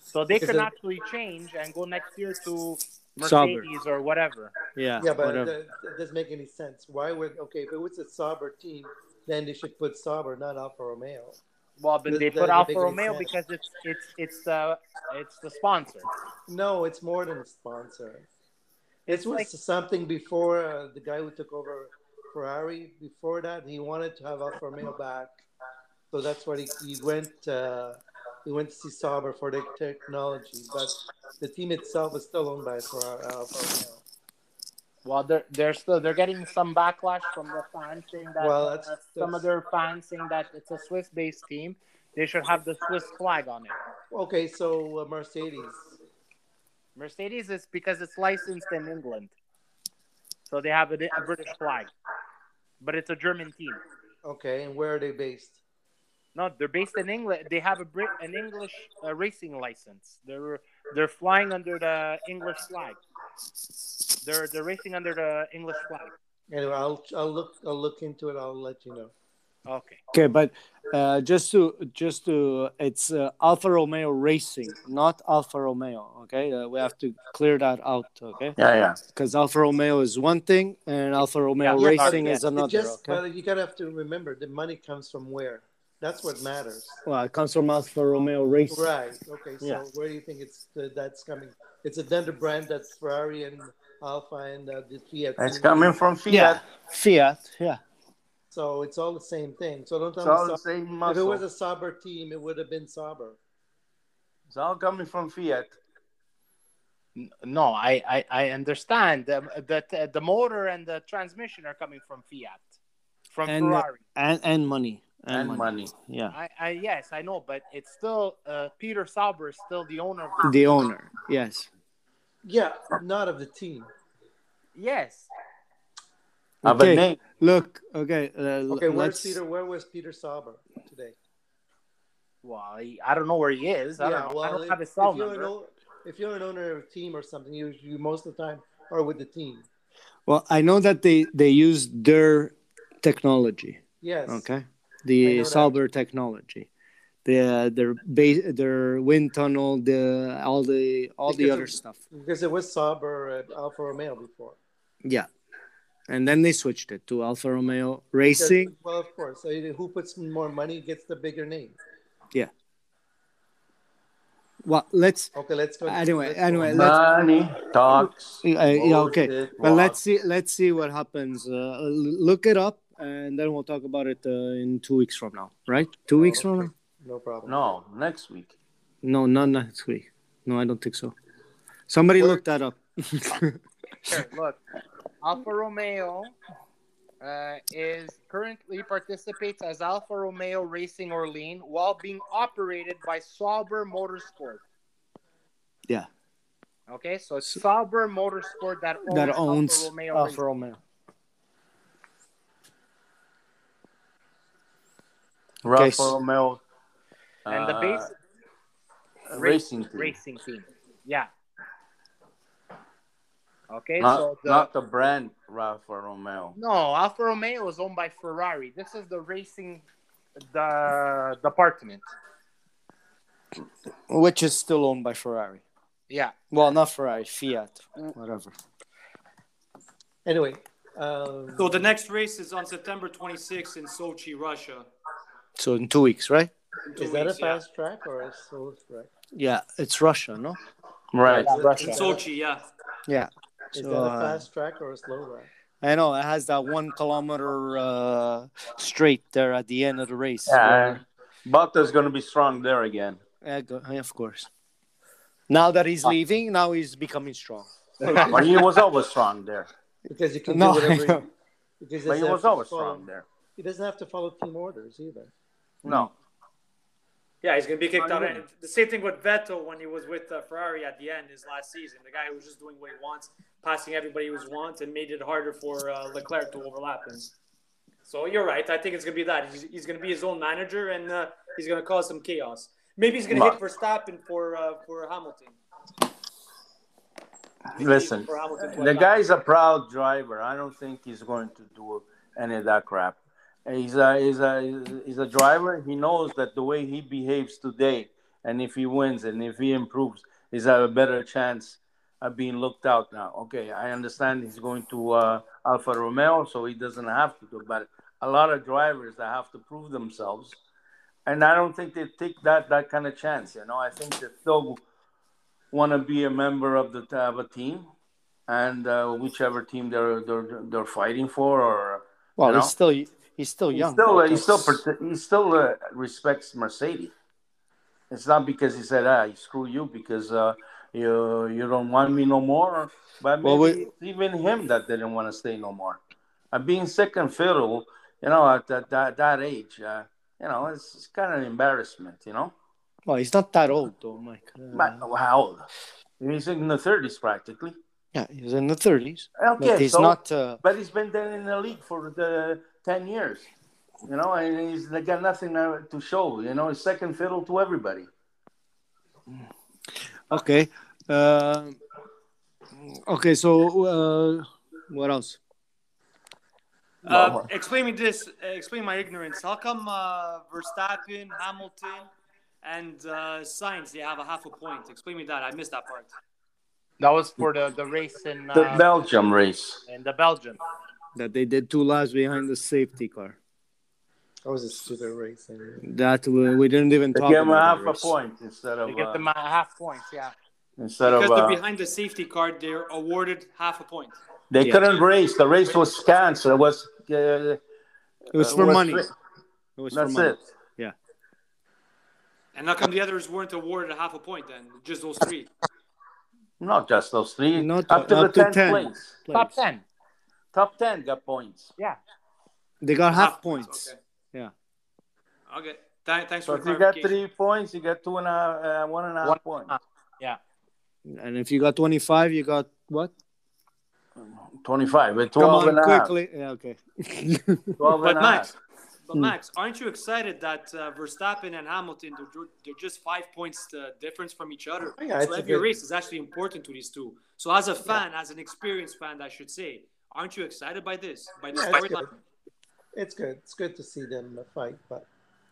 so they Is can it- actually change and go next year Sauber. to Mercedes or whatever. Yeah, Yeah, but uh, whatever. that, that doesn't make any sense. Why would okay? If it was a Sauber team, then they should put Sauber, not Alfa Romeo. Well, but The- they the- put the Alfa bigger Romeo extent. because it's it's it's the it's the sponsor. No, it's more than a sponsor. It was like- something before uh, the guy who took over Ferrari. Before that, he wanted to have Alfa Romeo back, so that's what he, he went. Uh, he went to see Sauber for the technology, but the team itself is still owned by Ferrari. Alfa Romeo. Well, they're they're still they're getting some backlash from the fans saying that Well, uh, that's- some that's- of their fans saying that it's a Swiss-based team. They should have the Swiss flag on it. Okay, so uh, Mercedes. Mercedes is because it's licensed in England, so they have a, a British flag, but it's a German team. Okay, and where are they based? No, they're based in England. They have a Brit an English uh, racing license. They're they're flying under the English flag. They're they're racing under the English flag. Anyway, I'll I'll look I'll look into it. I'll let you know. Okay. Okay, but uh, just to just to it's uh, Alfa Romeo Racing, not Alfa Romeo. Okay, uh, we have to clear that out. Okay, Yeah, yeah. because Alfa Romeo is one thing and Alfa Romeo Yeah, yeah, Racing yeah. is It another. just, okay, but you gotta have to remember the money comes from where. That's what matters. well, it comes from Alfa Romeo Racing. Right. Okay. So Yeah. where do you think it's the, that's coming? It's a Dunder brand that's Ferrari and Alpha and uh, the Fiat. It's coming from Fiat. Yeah, Fiat. Yeah, So it's all the same thing. So don't It's tell all me the Sau- same if it was muscle. a Sauber team, it would have been Sauber. It's all coming from Fiat. N- No, I I, I understand the, the the motor and the transmission are coming from Fiat, from And, uh, Ferrari. and and money And money. Yeah, I, I yes, I know, but it's still uh, Peter Sauber is still the owner. Of the owner. Yes. Yeah, not of the team. yes, Ah, but Okay. Nate, Look. Okay. Uh, Okay. Where's let's. Peter? Where was Peter Sauber today? well, he, I don't know where he is. I don't know. I don't if- have his cell if you're, an, number. o- if you're an owner of a team or something, you, you most of the time are with the team. Well, I know that they they use their technology. Yes. Okay. I know The that. Sauber technology, the their base, their wind tunnel, the all the all the Because other of- stuff. Because it was Sauber at Alfa Romeo before. Yeah, and then they switched it to Alfa Romeo Because- Racing. well, of course. So who puts more money gets the bigger name. Well, let's Okay, let's go. anyway let's go. anyway. Let's, money talks. uh, Oh, yeah, okay. bullshit But let's walks. see let's see what happens. Uh, l- look it up, and then we'll talk about it uh, in two weeks from now. Right? Oh, Two weeks from now. No problem. No, next week. No, not next week. No, I don't think so. Somebody Where- look that up. Here, look, Alfa Romeo uh, is currently participates as Alfa Romeo Racing Orlean while being operated by Sauber Motorsport. Yeah. Okay, so it's Sauber Motorsport that owns, that owns Alfa Romeo. Alfa Racing. Romeo. Okay. Rafa Romeo. and the uh, base racing team. racing team. Yeah. Okay, Not, so the, not the brand Rafa Romeo. no Alfa Romeo is owned by Ferrari. This is the racing the department. which is still owned by Ferrari. Yeah. Well, not Ferrari, Fiat, whatever. Anyway, um, So the next race is on September 26th in Sochi, Russia. So in two weeks, right? In two is that a weeks, yeah. fast track or a slow track? Yeah, it's Russia, no? Right. Yeah, Is Russia. In is that Sochi, yeah. Yeah. a- is So, that a uh, fast track or a slow track? I know it has that one kilometer uh, straight there at the end of the race. Yeah. Bottas going to be strong there again. Yeah, go- yeah, of course. Now that he's leaving, now he's becoming strong. But he was always strong there. Because you can No, do I whatever. know. Because But he doesn't was have to always follow- strong there. He doesn't have to follow team orders either. No. Yeah, he's gonna be kicked out. Unbelievable. The same thing with Vettel when he was with uh, Ferrari at the end his last season. The guy who was just doing what he wants, passing everybody who he wants, and made it harder for uh, Leclerc to overlap him. So you're right. I think it's gonna be that. He's, he's gonna be his own manager, and uh, he's gonna cause some chaos. Maybe he's gonna Right. hit Verstappen for uh, for Hamilton. Listen, For Hamilton to the attack. guy's a proud driver. I don't think he's going to do any of that crap. He's a, he's a, he's a driver. He knows that the way he behaves today, and if he wins and if he improves, he's have a better chance of being looked out now. Okay, I understand he's going to uh, Alfa Romeo, so he doesn't have to do. But a lot of drivers that have to prove themselves and I don't think they take that that kind of chance. You know, I think they still want to be a member of the of a team, and uh, whichever team they're they're they're fighting for, or Well, you know? he's still he's still he young. still uh, though. he still That's- prote- he still uh, respects Mercedes. It's not because he said, "Ah, screw you," because uh, you you don't want me no more. But Well, maybe it's even him that didn't want to stay no more. Uh, being second fiddle, you know, at that that, that age, uh, you know, it's, it's kind of embarrassment, you know. well, he's not that old though, Mike. Uh, But how old? He's in the thirties practically. yeah, he's in the thirties, but Okay, he's so, not. Uh, But he's been there in the league for the ten years, you know, and he's they got nothing uh, to show. You know, he's second fiddle to everybody. okay, uh, okay. So uh, what else? Uh, explain me this. uh, Explain my ignorance. How come uh, Verstappen, Hamilton, and uh, Sainz they have a half a point? Explain me that. I missed that part. That was for the, the race in, The uh, Belgium race. in the Belgium. That they did two laps behind the safety car. That was a stupid race. Anyway. That we, we didn't even They talk gave him about. half that a race. point instead of They get uh, them uh, half points, yeah. instead of Because they're uh, behind the safety card, they're awarded half a point. they Yeah. couldn't race. The race was canceled. It was uh, It was uh, for was- money. It was for that's money. it. And how come the others weren't awarded a half a point then? Just those three. Not just those three. Not- uh, up to up the to 10. tenth place. Top 10. Top ten got points. They got half points. Okay. Yeah. Okay. Th- thanks So for if the you got clarification. three points, you got two and a uh, one and a half One- points. And if you got 25, you got what? Twenty-five. With Come 12 and on, a half. quickly. Yeah, okay. 12 But and a half. Max, but Max, aren't you excited that uh, Verstappen and Hamilton they're, ju- they're just five points uh, difference from each other? Yeah, so it's a every good- race is actually important to these two. So as a fan, as an experienced fan, I should say, aren't you excited by this? By this Yeah, it's storyline? It's good. It's good to see them fight, but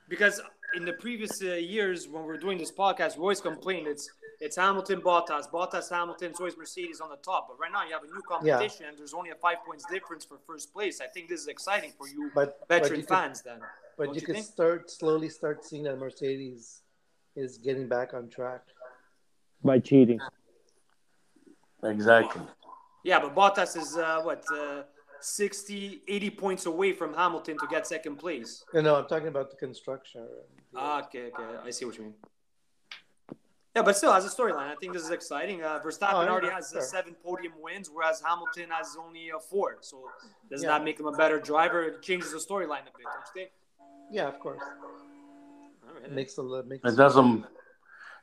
Because in the previous uh, years when we're doing this podcast, we always complain it's it's Hamilton, Bottas, Bottas, Hamilton. It's always Mercedes on the top. But right now you have a new competition, and there's only a five points difference for first place. I think this is exciting for you but but veteran you could- fans. Then, but don't you you could think? start slowly start seeing that Mercedes is getting back on track. By cheating. Exactly. yeah. But Bottas is uh, what uh, 60, 80 points away from Hamilton to get second place. No, no, I'm talking about the construction. Ah, okay, okay. I see what you mean. Yeah, but still, as a storyline, I think this is exciting. Uh, Verstappen Oh, yeah, already has uh, sure. seven podium wins, whereas Hamilton has only uh, four. So does Yeah. that make him a better driver? It changes the storyline a bit, don't you think? yeah, of course, All right. it makes a lot. Makes It doesn't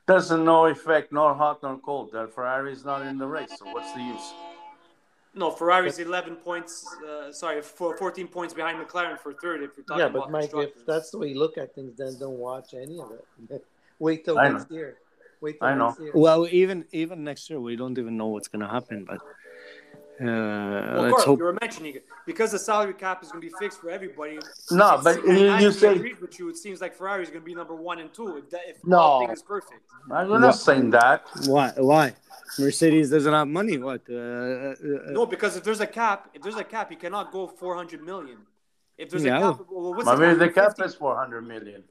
doesn't no effect, nor hot nor cold. That Ferrari's not in the race, so what's the use? No, Ferrari's 11 points, uh, sorry, four, 14 points behind McLaren for third if you're talking yeah, about but Mike, constructors. if that's the way you look at things, then don't watch any of it. Wait till I next year. Wait till I know. next year. Well, even even next year, we don't even know what's going to happen. But uh, Well, let's Carl, hope. you were mentioning it. Because the salary cap is going to be fixed for everybody. No, but and you, I you say agreed with you. It seems like Ferrari's going to be number one and two if, that, if No. all things perfect. I'm not saying that. Why? Why? Mercedes doesn't have money. What? Uh, uh, uh, No, because if there's a cap, if there's a cap, you cannot go 400 million. If there's Yeah. a cap, well, what's Maybe the the cap? cap is 400 million.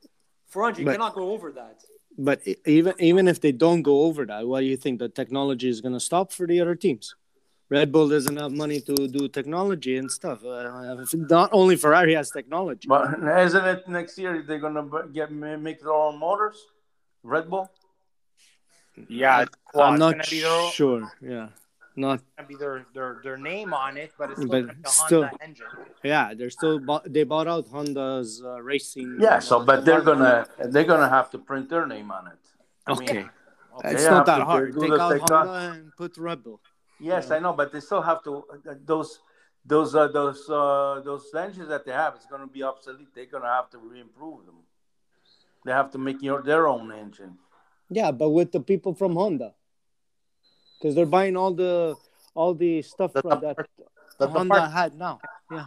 400, you But- cannot go over that. But e- even even if they don't go over that, what do you think? The technology is going to stop for the other teams. Red Bull doesn't have money to do technology and stuff. Uh, not only Ferrari has technology. But isn't it next year they're gonna b- get ma- make their own motors? Red Bull. Yeah, I'm not it's gonna be their, sure. Yeah, not gonna be their, their their name on it, but it's still But gonna be the still. Honda engine. Yeah, they're still bought, they bought out Honda's uh, racing. Yeah. So, but they're gonna they're gonna have to print their name on it. I mean, okay. it's they not have that to hard. do Take the out techno- Honda and put Rebel. Yes, I know, but they still have to uh, those those uh, those uh, those engines that they have. It's gonna be obsolete. They're gonna have to re-improve them. They have to make your their own engine. Yeah, but with the people from Honda, because they're buying all the all the stuff The- from the- that the Honda part- had now. Yeah.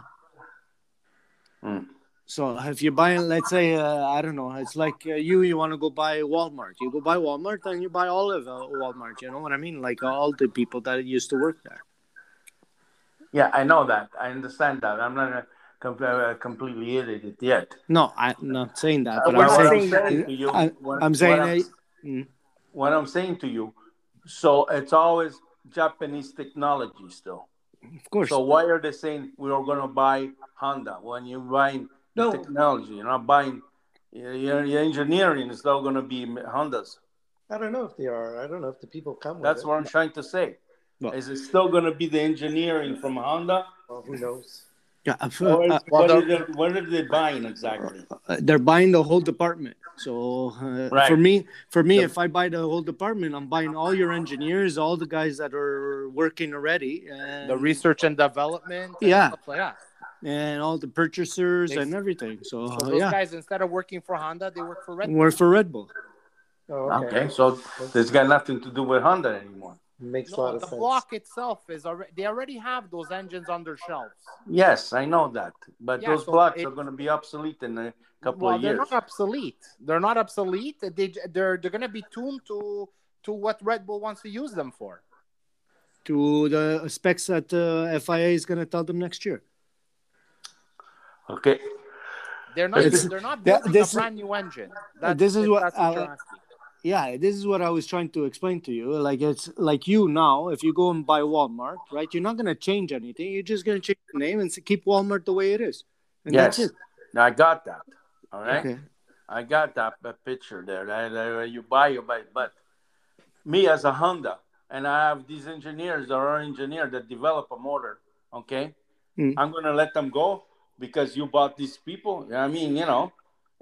Mm. So if you're buying, let's say, uh, I don't know, it's like uh, you you want to go buy Walmart. You go buy Walmart and you buy all of uh, Walmart. You know what I mean? Like uh, all the people that used to work there. Yeah, I know that. I understand that. I'm not com- uh, completely hit it yet. No, I'm not saying that. Uh, But what I'm I'm saying, saying to you- I- what- I'm what saying I'm- I- Mm. what I'm saying to you. So it's always Japanese technology still. of course. So why are they saying we are going to buy Honda when you're buying No. the technology? You're not buying your, your engineering is not going to be Hondas. I don't know if they are. I don't know if the people come. That's with what I'm trying to say. No. Is it still going to be the engineering from Honda? it. Well, who knows? Yeah, I've- Or uh, what, the- are they, what are they buying exactly? uh, they're buying the whole department. So uh, Right. for me, for me, The- if I buy the whole department, I'm buying all your engineers, all the guys that are working already, and, the research and development. and Yeah. stuff like that. and all the purchasers They- and everything. So, So uh, those yeah, guys, instead of working for Honda, they work for Red. Bull. we're for Red Bull. Oh, okay. Okay, so this got nothing to do with Honda anymore. Makes a No, lot the of sense. block itself is already. They already have those engines on their shelves. Yes, I know that, but Yeah, those so blocks it- are going to be obsolete in a couple well, of they're years. not obsolete. They're not obsolete. They they're they're gonna be tuned to to what Red Bull wants to use them for. To the specs that uh, FIA is going to tell them next year. Okay, They're not. It's- they're not that- building this is- a brand new engine. this is if what that's I- you're asking. Yeah, this is what I was trying to explain to you. Like it's like you now, if you go and buy Walmart, right? You're not going to change anything. You're just going to change the name and s- keep Walmart the way it is. And yes, that's it. I got that. All right, Okay. I got that uh, picture there. That, that you buy, you buy, but me as a Honda, and I have these engineers that are engineer that develop a motor. Okay, Mm. I'm going to let them go because you bought these people. I mean, you know,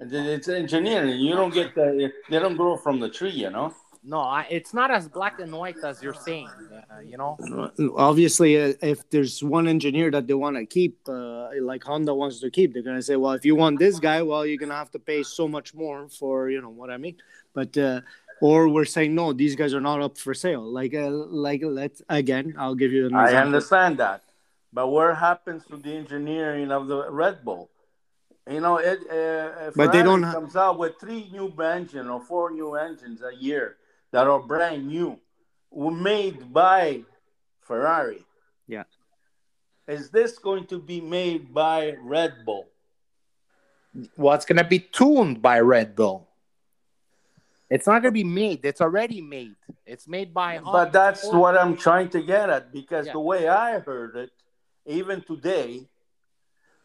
and then it's engineering. You don't get the, they don't grow from the tree, you know. No, I, it's not as black and white as you're saying. Uh, you know, obviously uh, if there's one engineer that they want to keep uh, like honda wants to keep they're going to say well if you want this guy well you're going to have to pay so much more for you know what i mean but uh, or we're saying no these guys are not up for sale like uh, like let's again i'll give you an I example. understand that, but what happens to the engineering of the Red Bull? You know, it, uh, But they Ferrari don't ha- comes out with three new engines or four new engines a year that are brand new, were made by Ferrari. Yeah. Is this going to be made by Red Bull? well, it's gonna be tuned by Red Bull. It's not gonna be made. It's already made. It's made by. Honda. But that's what I'm trying to get at because Yeah. the way I heard it, even today,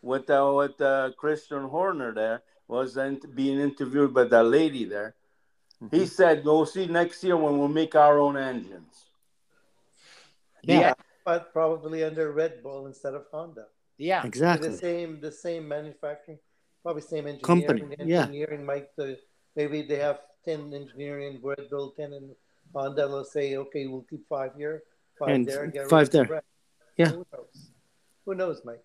with uh, with uh, Christian Horner there was int- being interviewed by that lady there. He said, "Go see next year when we make our own engines." Yeah. Yeah, but probably under Red Bull instead of Honda. Yeah. The exactly same, the same manufacturing, probably same engineering. Company, yeah. Engineering might uh, maybe they have ten engineering Red Bull, ten in Honda. Let's say okay, we'll keep five here, five And there, get rid five of the there. rest. Yeah. Who knows? Who knows, Mike?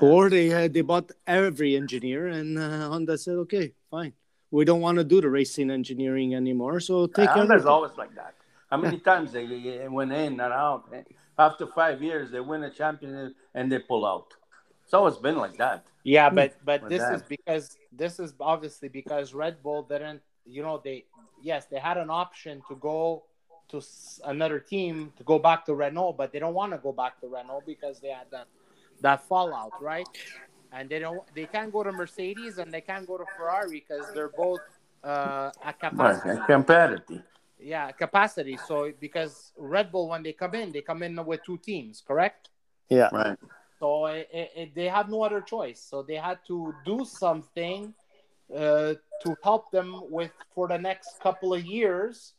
or they uh, they bought every engineer and uh, honda said okay fine we don't want to do the racing engineering anymore so take And there's everything. always like that. How many times they, they went in and out? After five years, they win a championship and they pull out. It's always been like that. Yeah, but but Or this that. is because this is obviously because Red Bull didn't. You know, they yes, they had an option to go to s- another team to go back to Renault, but they don't want to go back to Renault because they had that that fallout, right? And they don't. They can't go to Mercedes and they can't go to Ferrari because they're both uh, at Right. capacity. Competitive. Yeah, capacity. So because Red Bull, when they come in, they come in with two teams, correct? yeah Right. So it, it, it- they have no other choice. So they had to do something uh, to help them with for the next couple of years.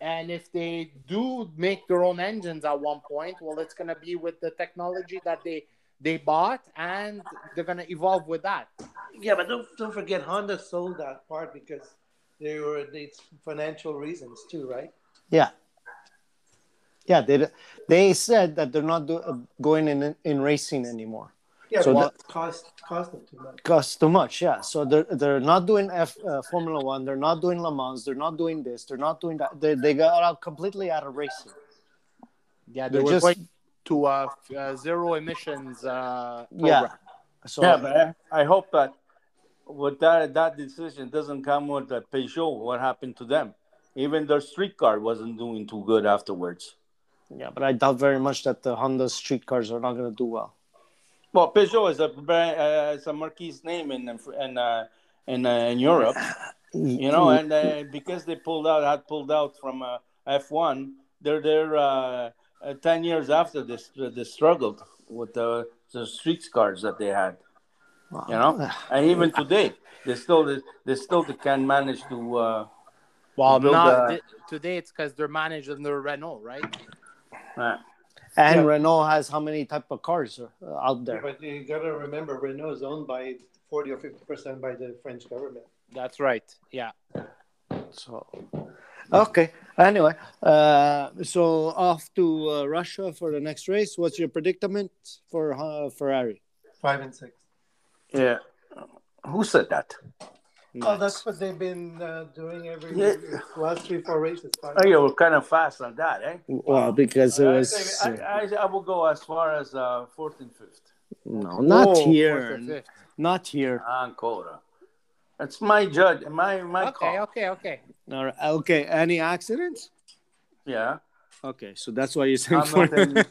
And if they do make their own engines at one point, well, it's gonna be with the technology that they they bought, and they're gonna evolve with that. Yeah, but don't don't forget Honda sold that part because they were it's financial reasons too, right? Yeah. Yeah, they they said that they're not do, going in in racing anymore. Yeah, So but it cost cost them too much. Cost too much, yeah. So they're they're not doing F, uh, Formula One. They're not doing Le Mans. They're not doing this. They're not doing that. They they got out completely out of racing. Yeah, They're they were just- going to uh, f- uh, zero emissions. Uh, Yeah. program. So Oh, yeah, but I, I hope that with that that decision doesn't come with the Peugeot. What happened to them? Even their streetcar wasn't doing too good afterwards. yeah, but I doubt very much that the Honda street cars are not going to do well. Well, Peugeot is a brand, uh, is a marquee's name in in uh, in, uh, in Europe, you know, and uh, because they pulled out, had pulled out from uh, F1, they're they're uh, uh, ten years after this they struggled with the the street cars that they had, you know, and even today they still they still can manage to. Uh, Well, Build, not uh, th- today. It's because they're managed under Renault, right? uh, And Yeah. Renault has how many type of cars uh, out there? But you gotta remember, Renault is owned by 40 or 50 percent by the French government. That's right. Yeah. So, okay. Anyway, uh, so off to uh, Russia for the next race. What's your predicament for uh, Ferrari? Five and six. yeah, who said that? Oh, that's what they've been uh, doing every Yeah. last three, four races. Five. Oh, you were kind of fast on that, eh? Well, because it I was uh, think- I, I, I will go as far as uh, fourth and fifth. no, not Oh, here, fourth or fifth. not here. Ancora. It's my judge, my my Okay. call. Okay. Okay. All right. Okay, any accidents? Yeah, Okay, so that's why you're saying for Hamilton,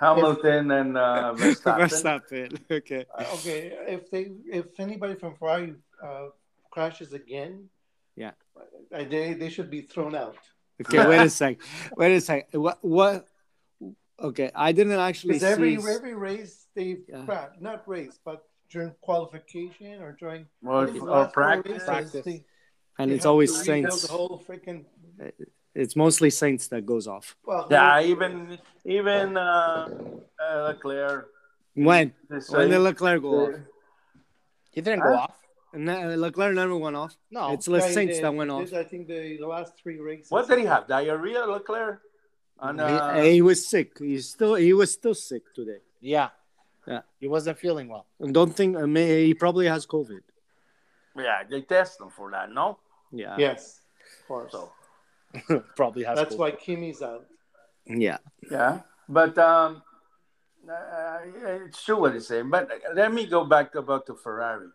Hamilton, and uh, Verstappen. Verstappen. Okay. uh, Okay, if they if anybody from Ferrari uh, crashes again, Yeah. I- they they should be thrown out. Okay, wait a sec. Wait a sec. What? What? Okay, I didn't actually Because see. every every race they Yeah. crash, not race, but during qualification or during Or, these or last four practice. races, Practice. they- and they it's have always to rebuild Saints. The whole freaking It's mostly Saints that goes off. well, Yeah, even even uh, uh, Leclerc. When? This, When did Leclerc go off? He didn't go Huh? off. No, Leclerc never went off. No. it's the Yeah, he Saints did. that went He off. did, I think the, the last three races. what did he have? Diarrhea, Leclerc. On, uh, he, he was sick. He's still he was still sick today. Yeah. Yeah. He wasn't feeling well. And don't think I mean, he probably has COVID. yeah, they test him for that. No, Yeah. Yes, of course. so Probably has. That's COVID. why Kimi's out. Yeah. yeah, but um, uh, it's true what he's saying. But uh, let me go back about the Ferrari.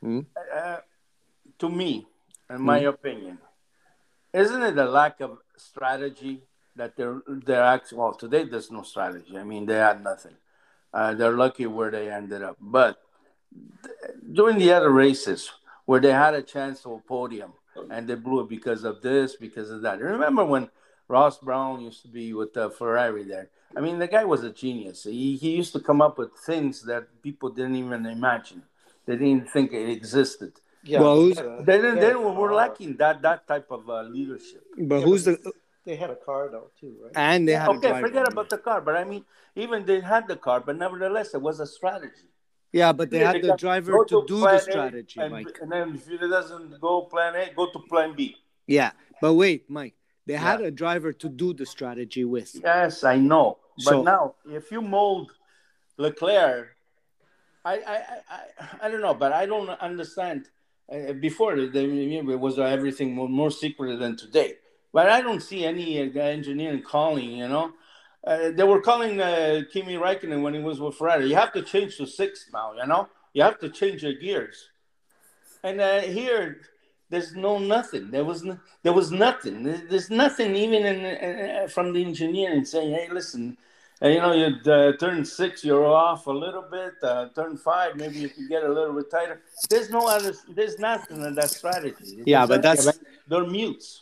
Hmm. Uh, to me, in my opinion, isn't it a lack of strategy that they're they're actually well today? There's no strategy. I mean, they had nothing. Uh, they're lucky where they ended up. But th- during the other races where they had a chance for a podium and they blew it because of this, because of that. Remember when Ross Brown used to be with uh, Ferrari there? I mean, the guy was a genius. He, he used to come up with things that people didn't even imagine. They didn't think it existed. Yeah, Well, who's- They didn't, they were, were lacking that that type of uh, leadership. But who's the They had a car though too, right? and they had a Okay, driver. forget about the car, but I mean, even they had the car, but nevertheless, it was a strategy. Yeah, but they Yeah, had the because driver Go to do plan the A strategy, and, Mike. And then if it doesn't go plan A, go to plan B. Yeah. But wait, Mike. They had Yeah. a driver to do the strategy with. Yes, I know. But So- now, if you mold Leclerc, I, I, I, I- I don't know, but I don't understand. Uh, before, they, it was everything more, more secret than today. But I don't see any uh, engineering calling, you know. Uh, they were calling uh, Kimi Räikkönen when he was with Ferrari. You have to change to six now, you know. You have to change your gears. And uh, here, there's no nothing. There was no, there was nothing. There- There's nothing even in, uh, from the engineering saying, "Hey, listen, uh, you know, you uh, turn six, you're off a little bit. Uh, turn five, maybe you can get a little bit tighter." There's no other. There's nothing in that strategy. Yeah, but There's- that's- they're mutes.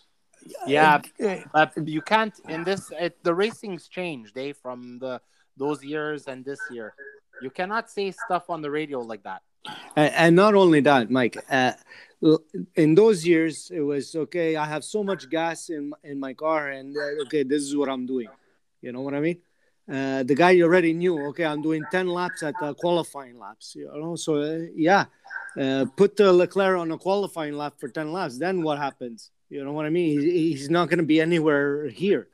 Yeah, uh, you can't in this. It, the racing's changed, eh? From the those years and this year, you cannot say stuff on the radio like that. And, and not only that, Mike. Uh, l- in those years, it was okay. I have so much gas in in my car, and uh, okay, this is what I'm doing. You know what I mean? Uh, the guy already knew. Okay, I'm doing ten laps at uh, qualifying laps. You know, so uh, yeah, uh, put uh, Leclerc on a qualifying lap for ten laps. Then what happens? You know what I mean? He, he's not going to be anywhere here.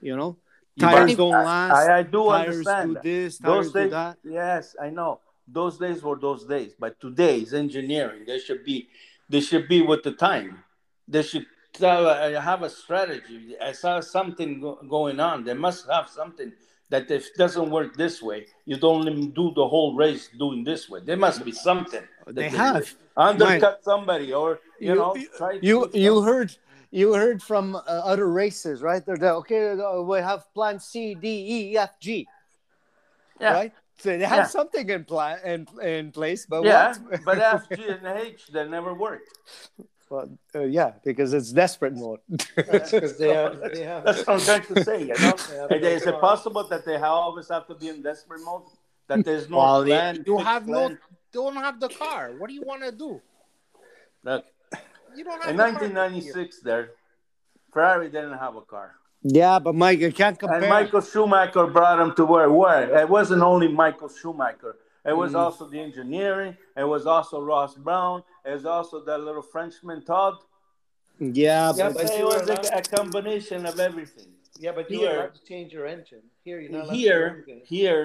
You know, tires But- don't last. I, I do tires do understand. this. Tires Those do days, that. yes, I know. Those days were those days, but today is engineering. They should be, they should be with the time. They should tell, uh, have a strategy. I saw something go- going on. They must have something that if it doesn't work this way, you don't let 'em do the whole race doing this way. There must be something. that They have. undercut somebody or you, know try to you do you something. heard you heard from uh, other races right they're, they're, okay uh, we have plan c d e f E, g Yeah. right So they have Yeah. something in, pla- in, in place, but yeah, what? but F, G, and H, that never worked. Well, uh, yeah, because it's desperate mode. because they have they have That's what I'm trying to say. You know? they have And is no it possible that they ha- always have to be in desperate mode? That there's no Well, they- plan. You fixed have no, plan? don't have the car. What do you want to do? Look, You don't have in the car. 1996, there, Ferrari didn't have a car. Yeah, but Mike, you can't And compare. Michael Schumacher brought him to where where it wasn't only Michael Schumacher. It was also the engineering. It was also Ross Brown. It was also that little Frenchman Todd. yeah, Yeah, but but- It was a, a combination of everything. yeah, but you Here- have to change your engine. Here, you're not allowed to Here, do anything. here,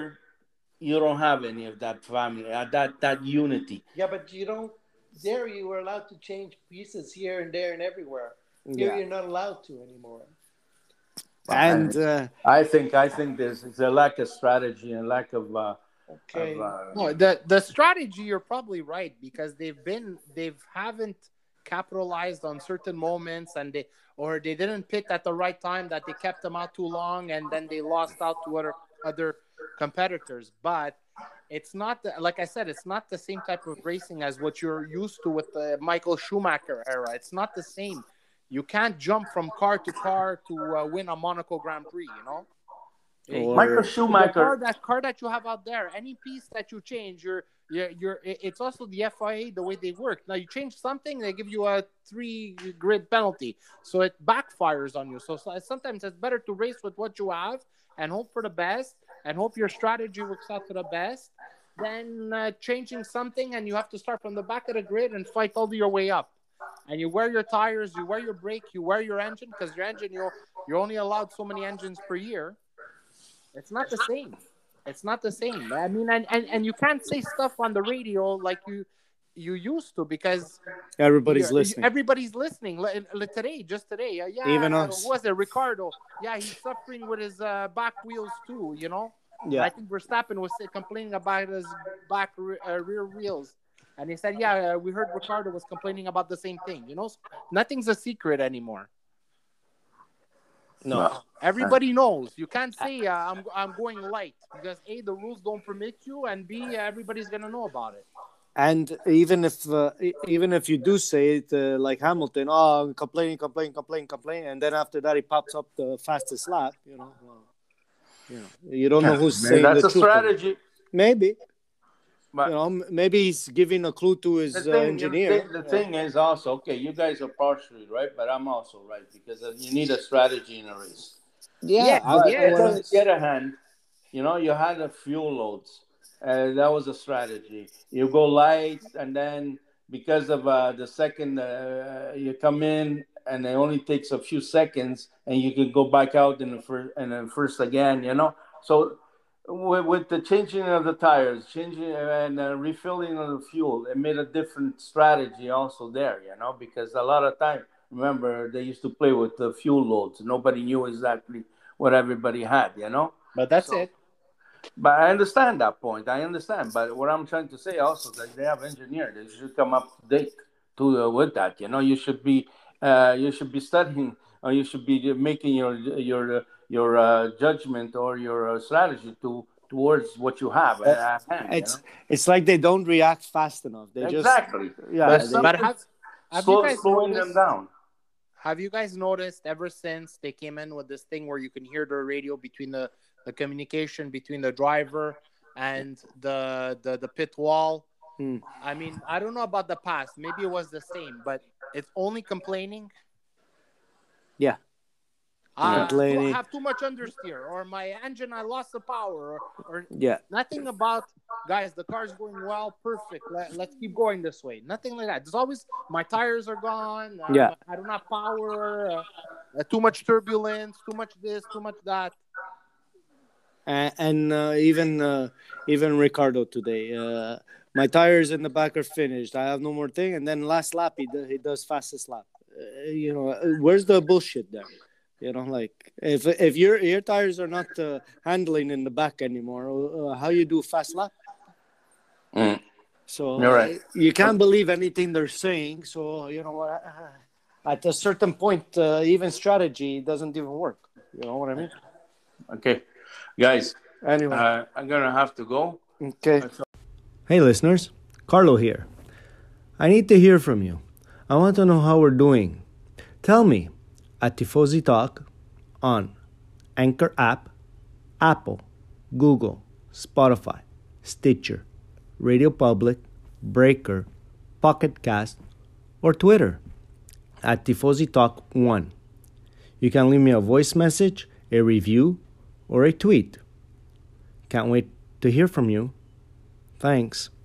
you don't have any of that family, uh, that that unity. Yeah, but you don't. There, you were allowed to change pieces here and there and everywhere. Here, yeah. you're not allowed to anymore. and uh, I think I think there's, there's a lack of strategy and lack of. Uh, Okay. of, uh, No, the the strategy you're probably right because they've been they've haven't capitalized on certain moments and they or they didn't pit at the right time that they kept them out too long and then they lost out to other other competitors but it's not the, like i said it's not the same type of racing as what you're used to with the michael schumacher era it's not the same you can't jump from car to car to uh, win a monaco grand prix you know Or- Michael the car, Schumacher. that car that you have out there, any piece that you change, you're, you're, you're it- it's also the FIA the way they work. Now you change something, they give you a three grid penalty, so it backfires on you. So, so- sometimes it's better to race with what you have and hope for the best and hope your strategy works out to the best than uh, changing something and you have to start from the back of the grid and fight all your way up. And you wear your tires, you wear your brake, you wear your engine because your engine you're you're only allowed so many engines per year. It's not the same. It's not the same. I mean, and, and, and you can't say stuff on the radio like you you used to because everybody's you're- listening. Everybody's listening. Li- li- today, just today, uh, yeah. Even uh, us. Who was it? Ricardo. Yeah, he's suffering with his uh, back wheels too. You know. I yeah, think Verstappen was uh, complaining about his back re- uh, rear wheels, and he said, "Yeah, uh, we heard Ricardo was complaining about the same thing." You know, nothing's a secret anymore. no. Everybody knows. You can't say uh, I'm I'm going light because a the rules don't permit you, and b everybody's gonna know about it. And even if uh, e- even if you do say it uh, like Hamilton, oh, I'm complaining, complaining, complaining, complaining, and then after that he pops up the fastest lap, you know, well, you know, you don't know who's saying That's the a truth. strategy. Maybe But you know, m- maybe he's giving a clue to his the uh, thing, engineer. The, the thing is also okay. You guys are partially right, but I'm also right because you need a strategy in a race. yeah, But yeah, on the other hand, you know, you had the fuel loads. Uh, that was a strategy. You go light, and then because of uh, the second, uh, you come in, and it only takes a few seconds, and you can go back out in the first and then first again. You know, so with, with the changing of the tires, changing and uh, refilling of the fuel, it made a different strategy also there. You know, because a lot of time, remember, they used to play with the fuel loads. Nobody knew exactly what everybody had, you know. But that's So- But I understand that point. I understand. But what I'm trying to say also that they have engineer. They should come up to date to uh, with that. You know, you should be uh, you should be studying or you should be making your your uh, your uh, judgment or your uh, strategy to towards what you have at, at hand. you Uh, it's know? it's like they don't react fast enough. They exactly just yeah, But they- some- But have, have Slow, you guys slowing them noticed- down. Have you guys noticed ever since they came in with this thing where you can hear the radio between the, the communication between the driver and the the, the pit wall? Hmm. I mean, I don't know about the past. Maybe it was the same, but it's only complaining. Yeah. Ah, Complaining. I have too much understeer, or my engine, I lost the power, or, or yeah, Nothing about guys, the car's going well, perfect. Let, let's keep going this way. Nothing like that. There's always my tires are gone. uh, Yeah. I don't have power. Uh, uh, too much turbulence. Too much this. Too much that. and, and uh, even uh, even Ricardo today. Uh, my tires in the back are finished. I have no more thing. And then last lap, he, do, he does fastest lap. Uh, you know, uh, where's the bullshit there? You know, like if if your your tires are not uh, handling in the back anymore, uh, how you do fast lap? Mm. So You're right. uh, you can't believe anything they're saying. So you know what? uh, At a certain point, uh, even strategy doesn't even work. You know what I mean? Okay, guys, Anyway, uh, I'm gonna have to go. Okay. Hey, listeners. Carlo here. I need to hear from you. I want to know how we're doing. Tell me at Tifosi Talk on Anchor app, Apple, Google, Spotify, Stitcher, Radio Public, Breaker, Pocket Cast, or Twitter at Tifosi Talk 1. You can leave me a voice message, a review, or a tweet. Can't wait to hear from you. Thanks.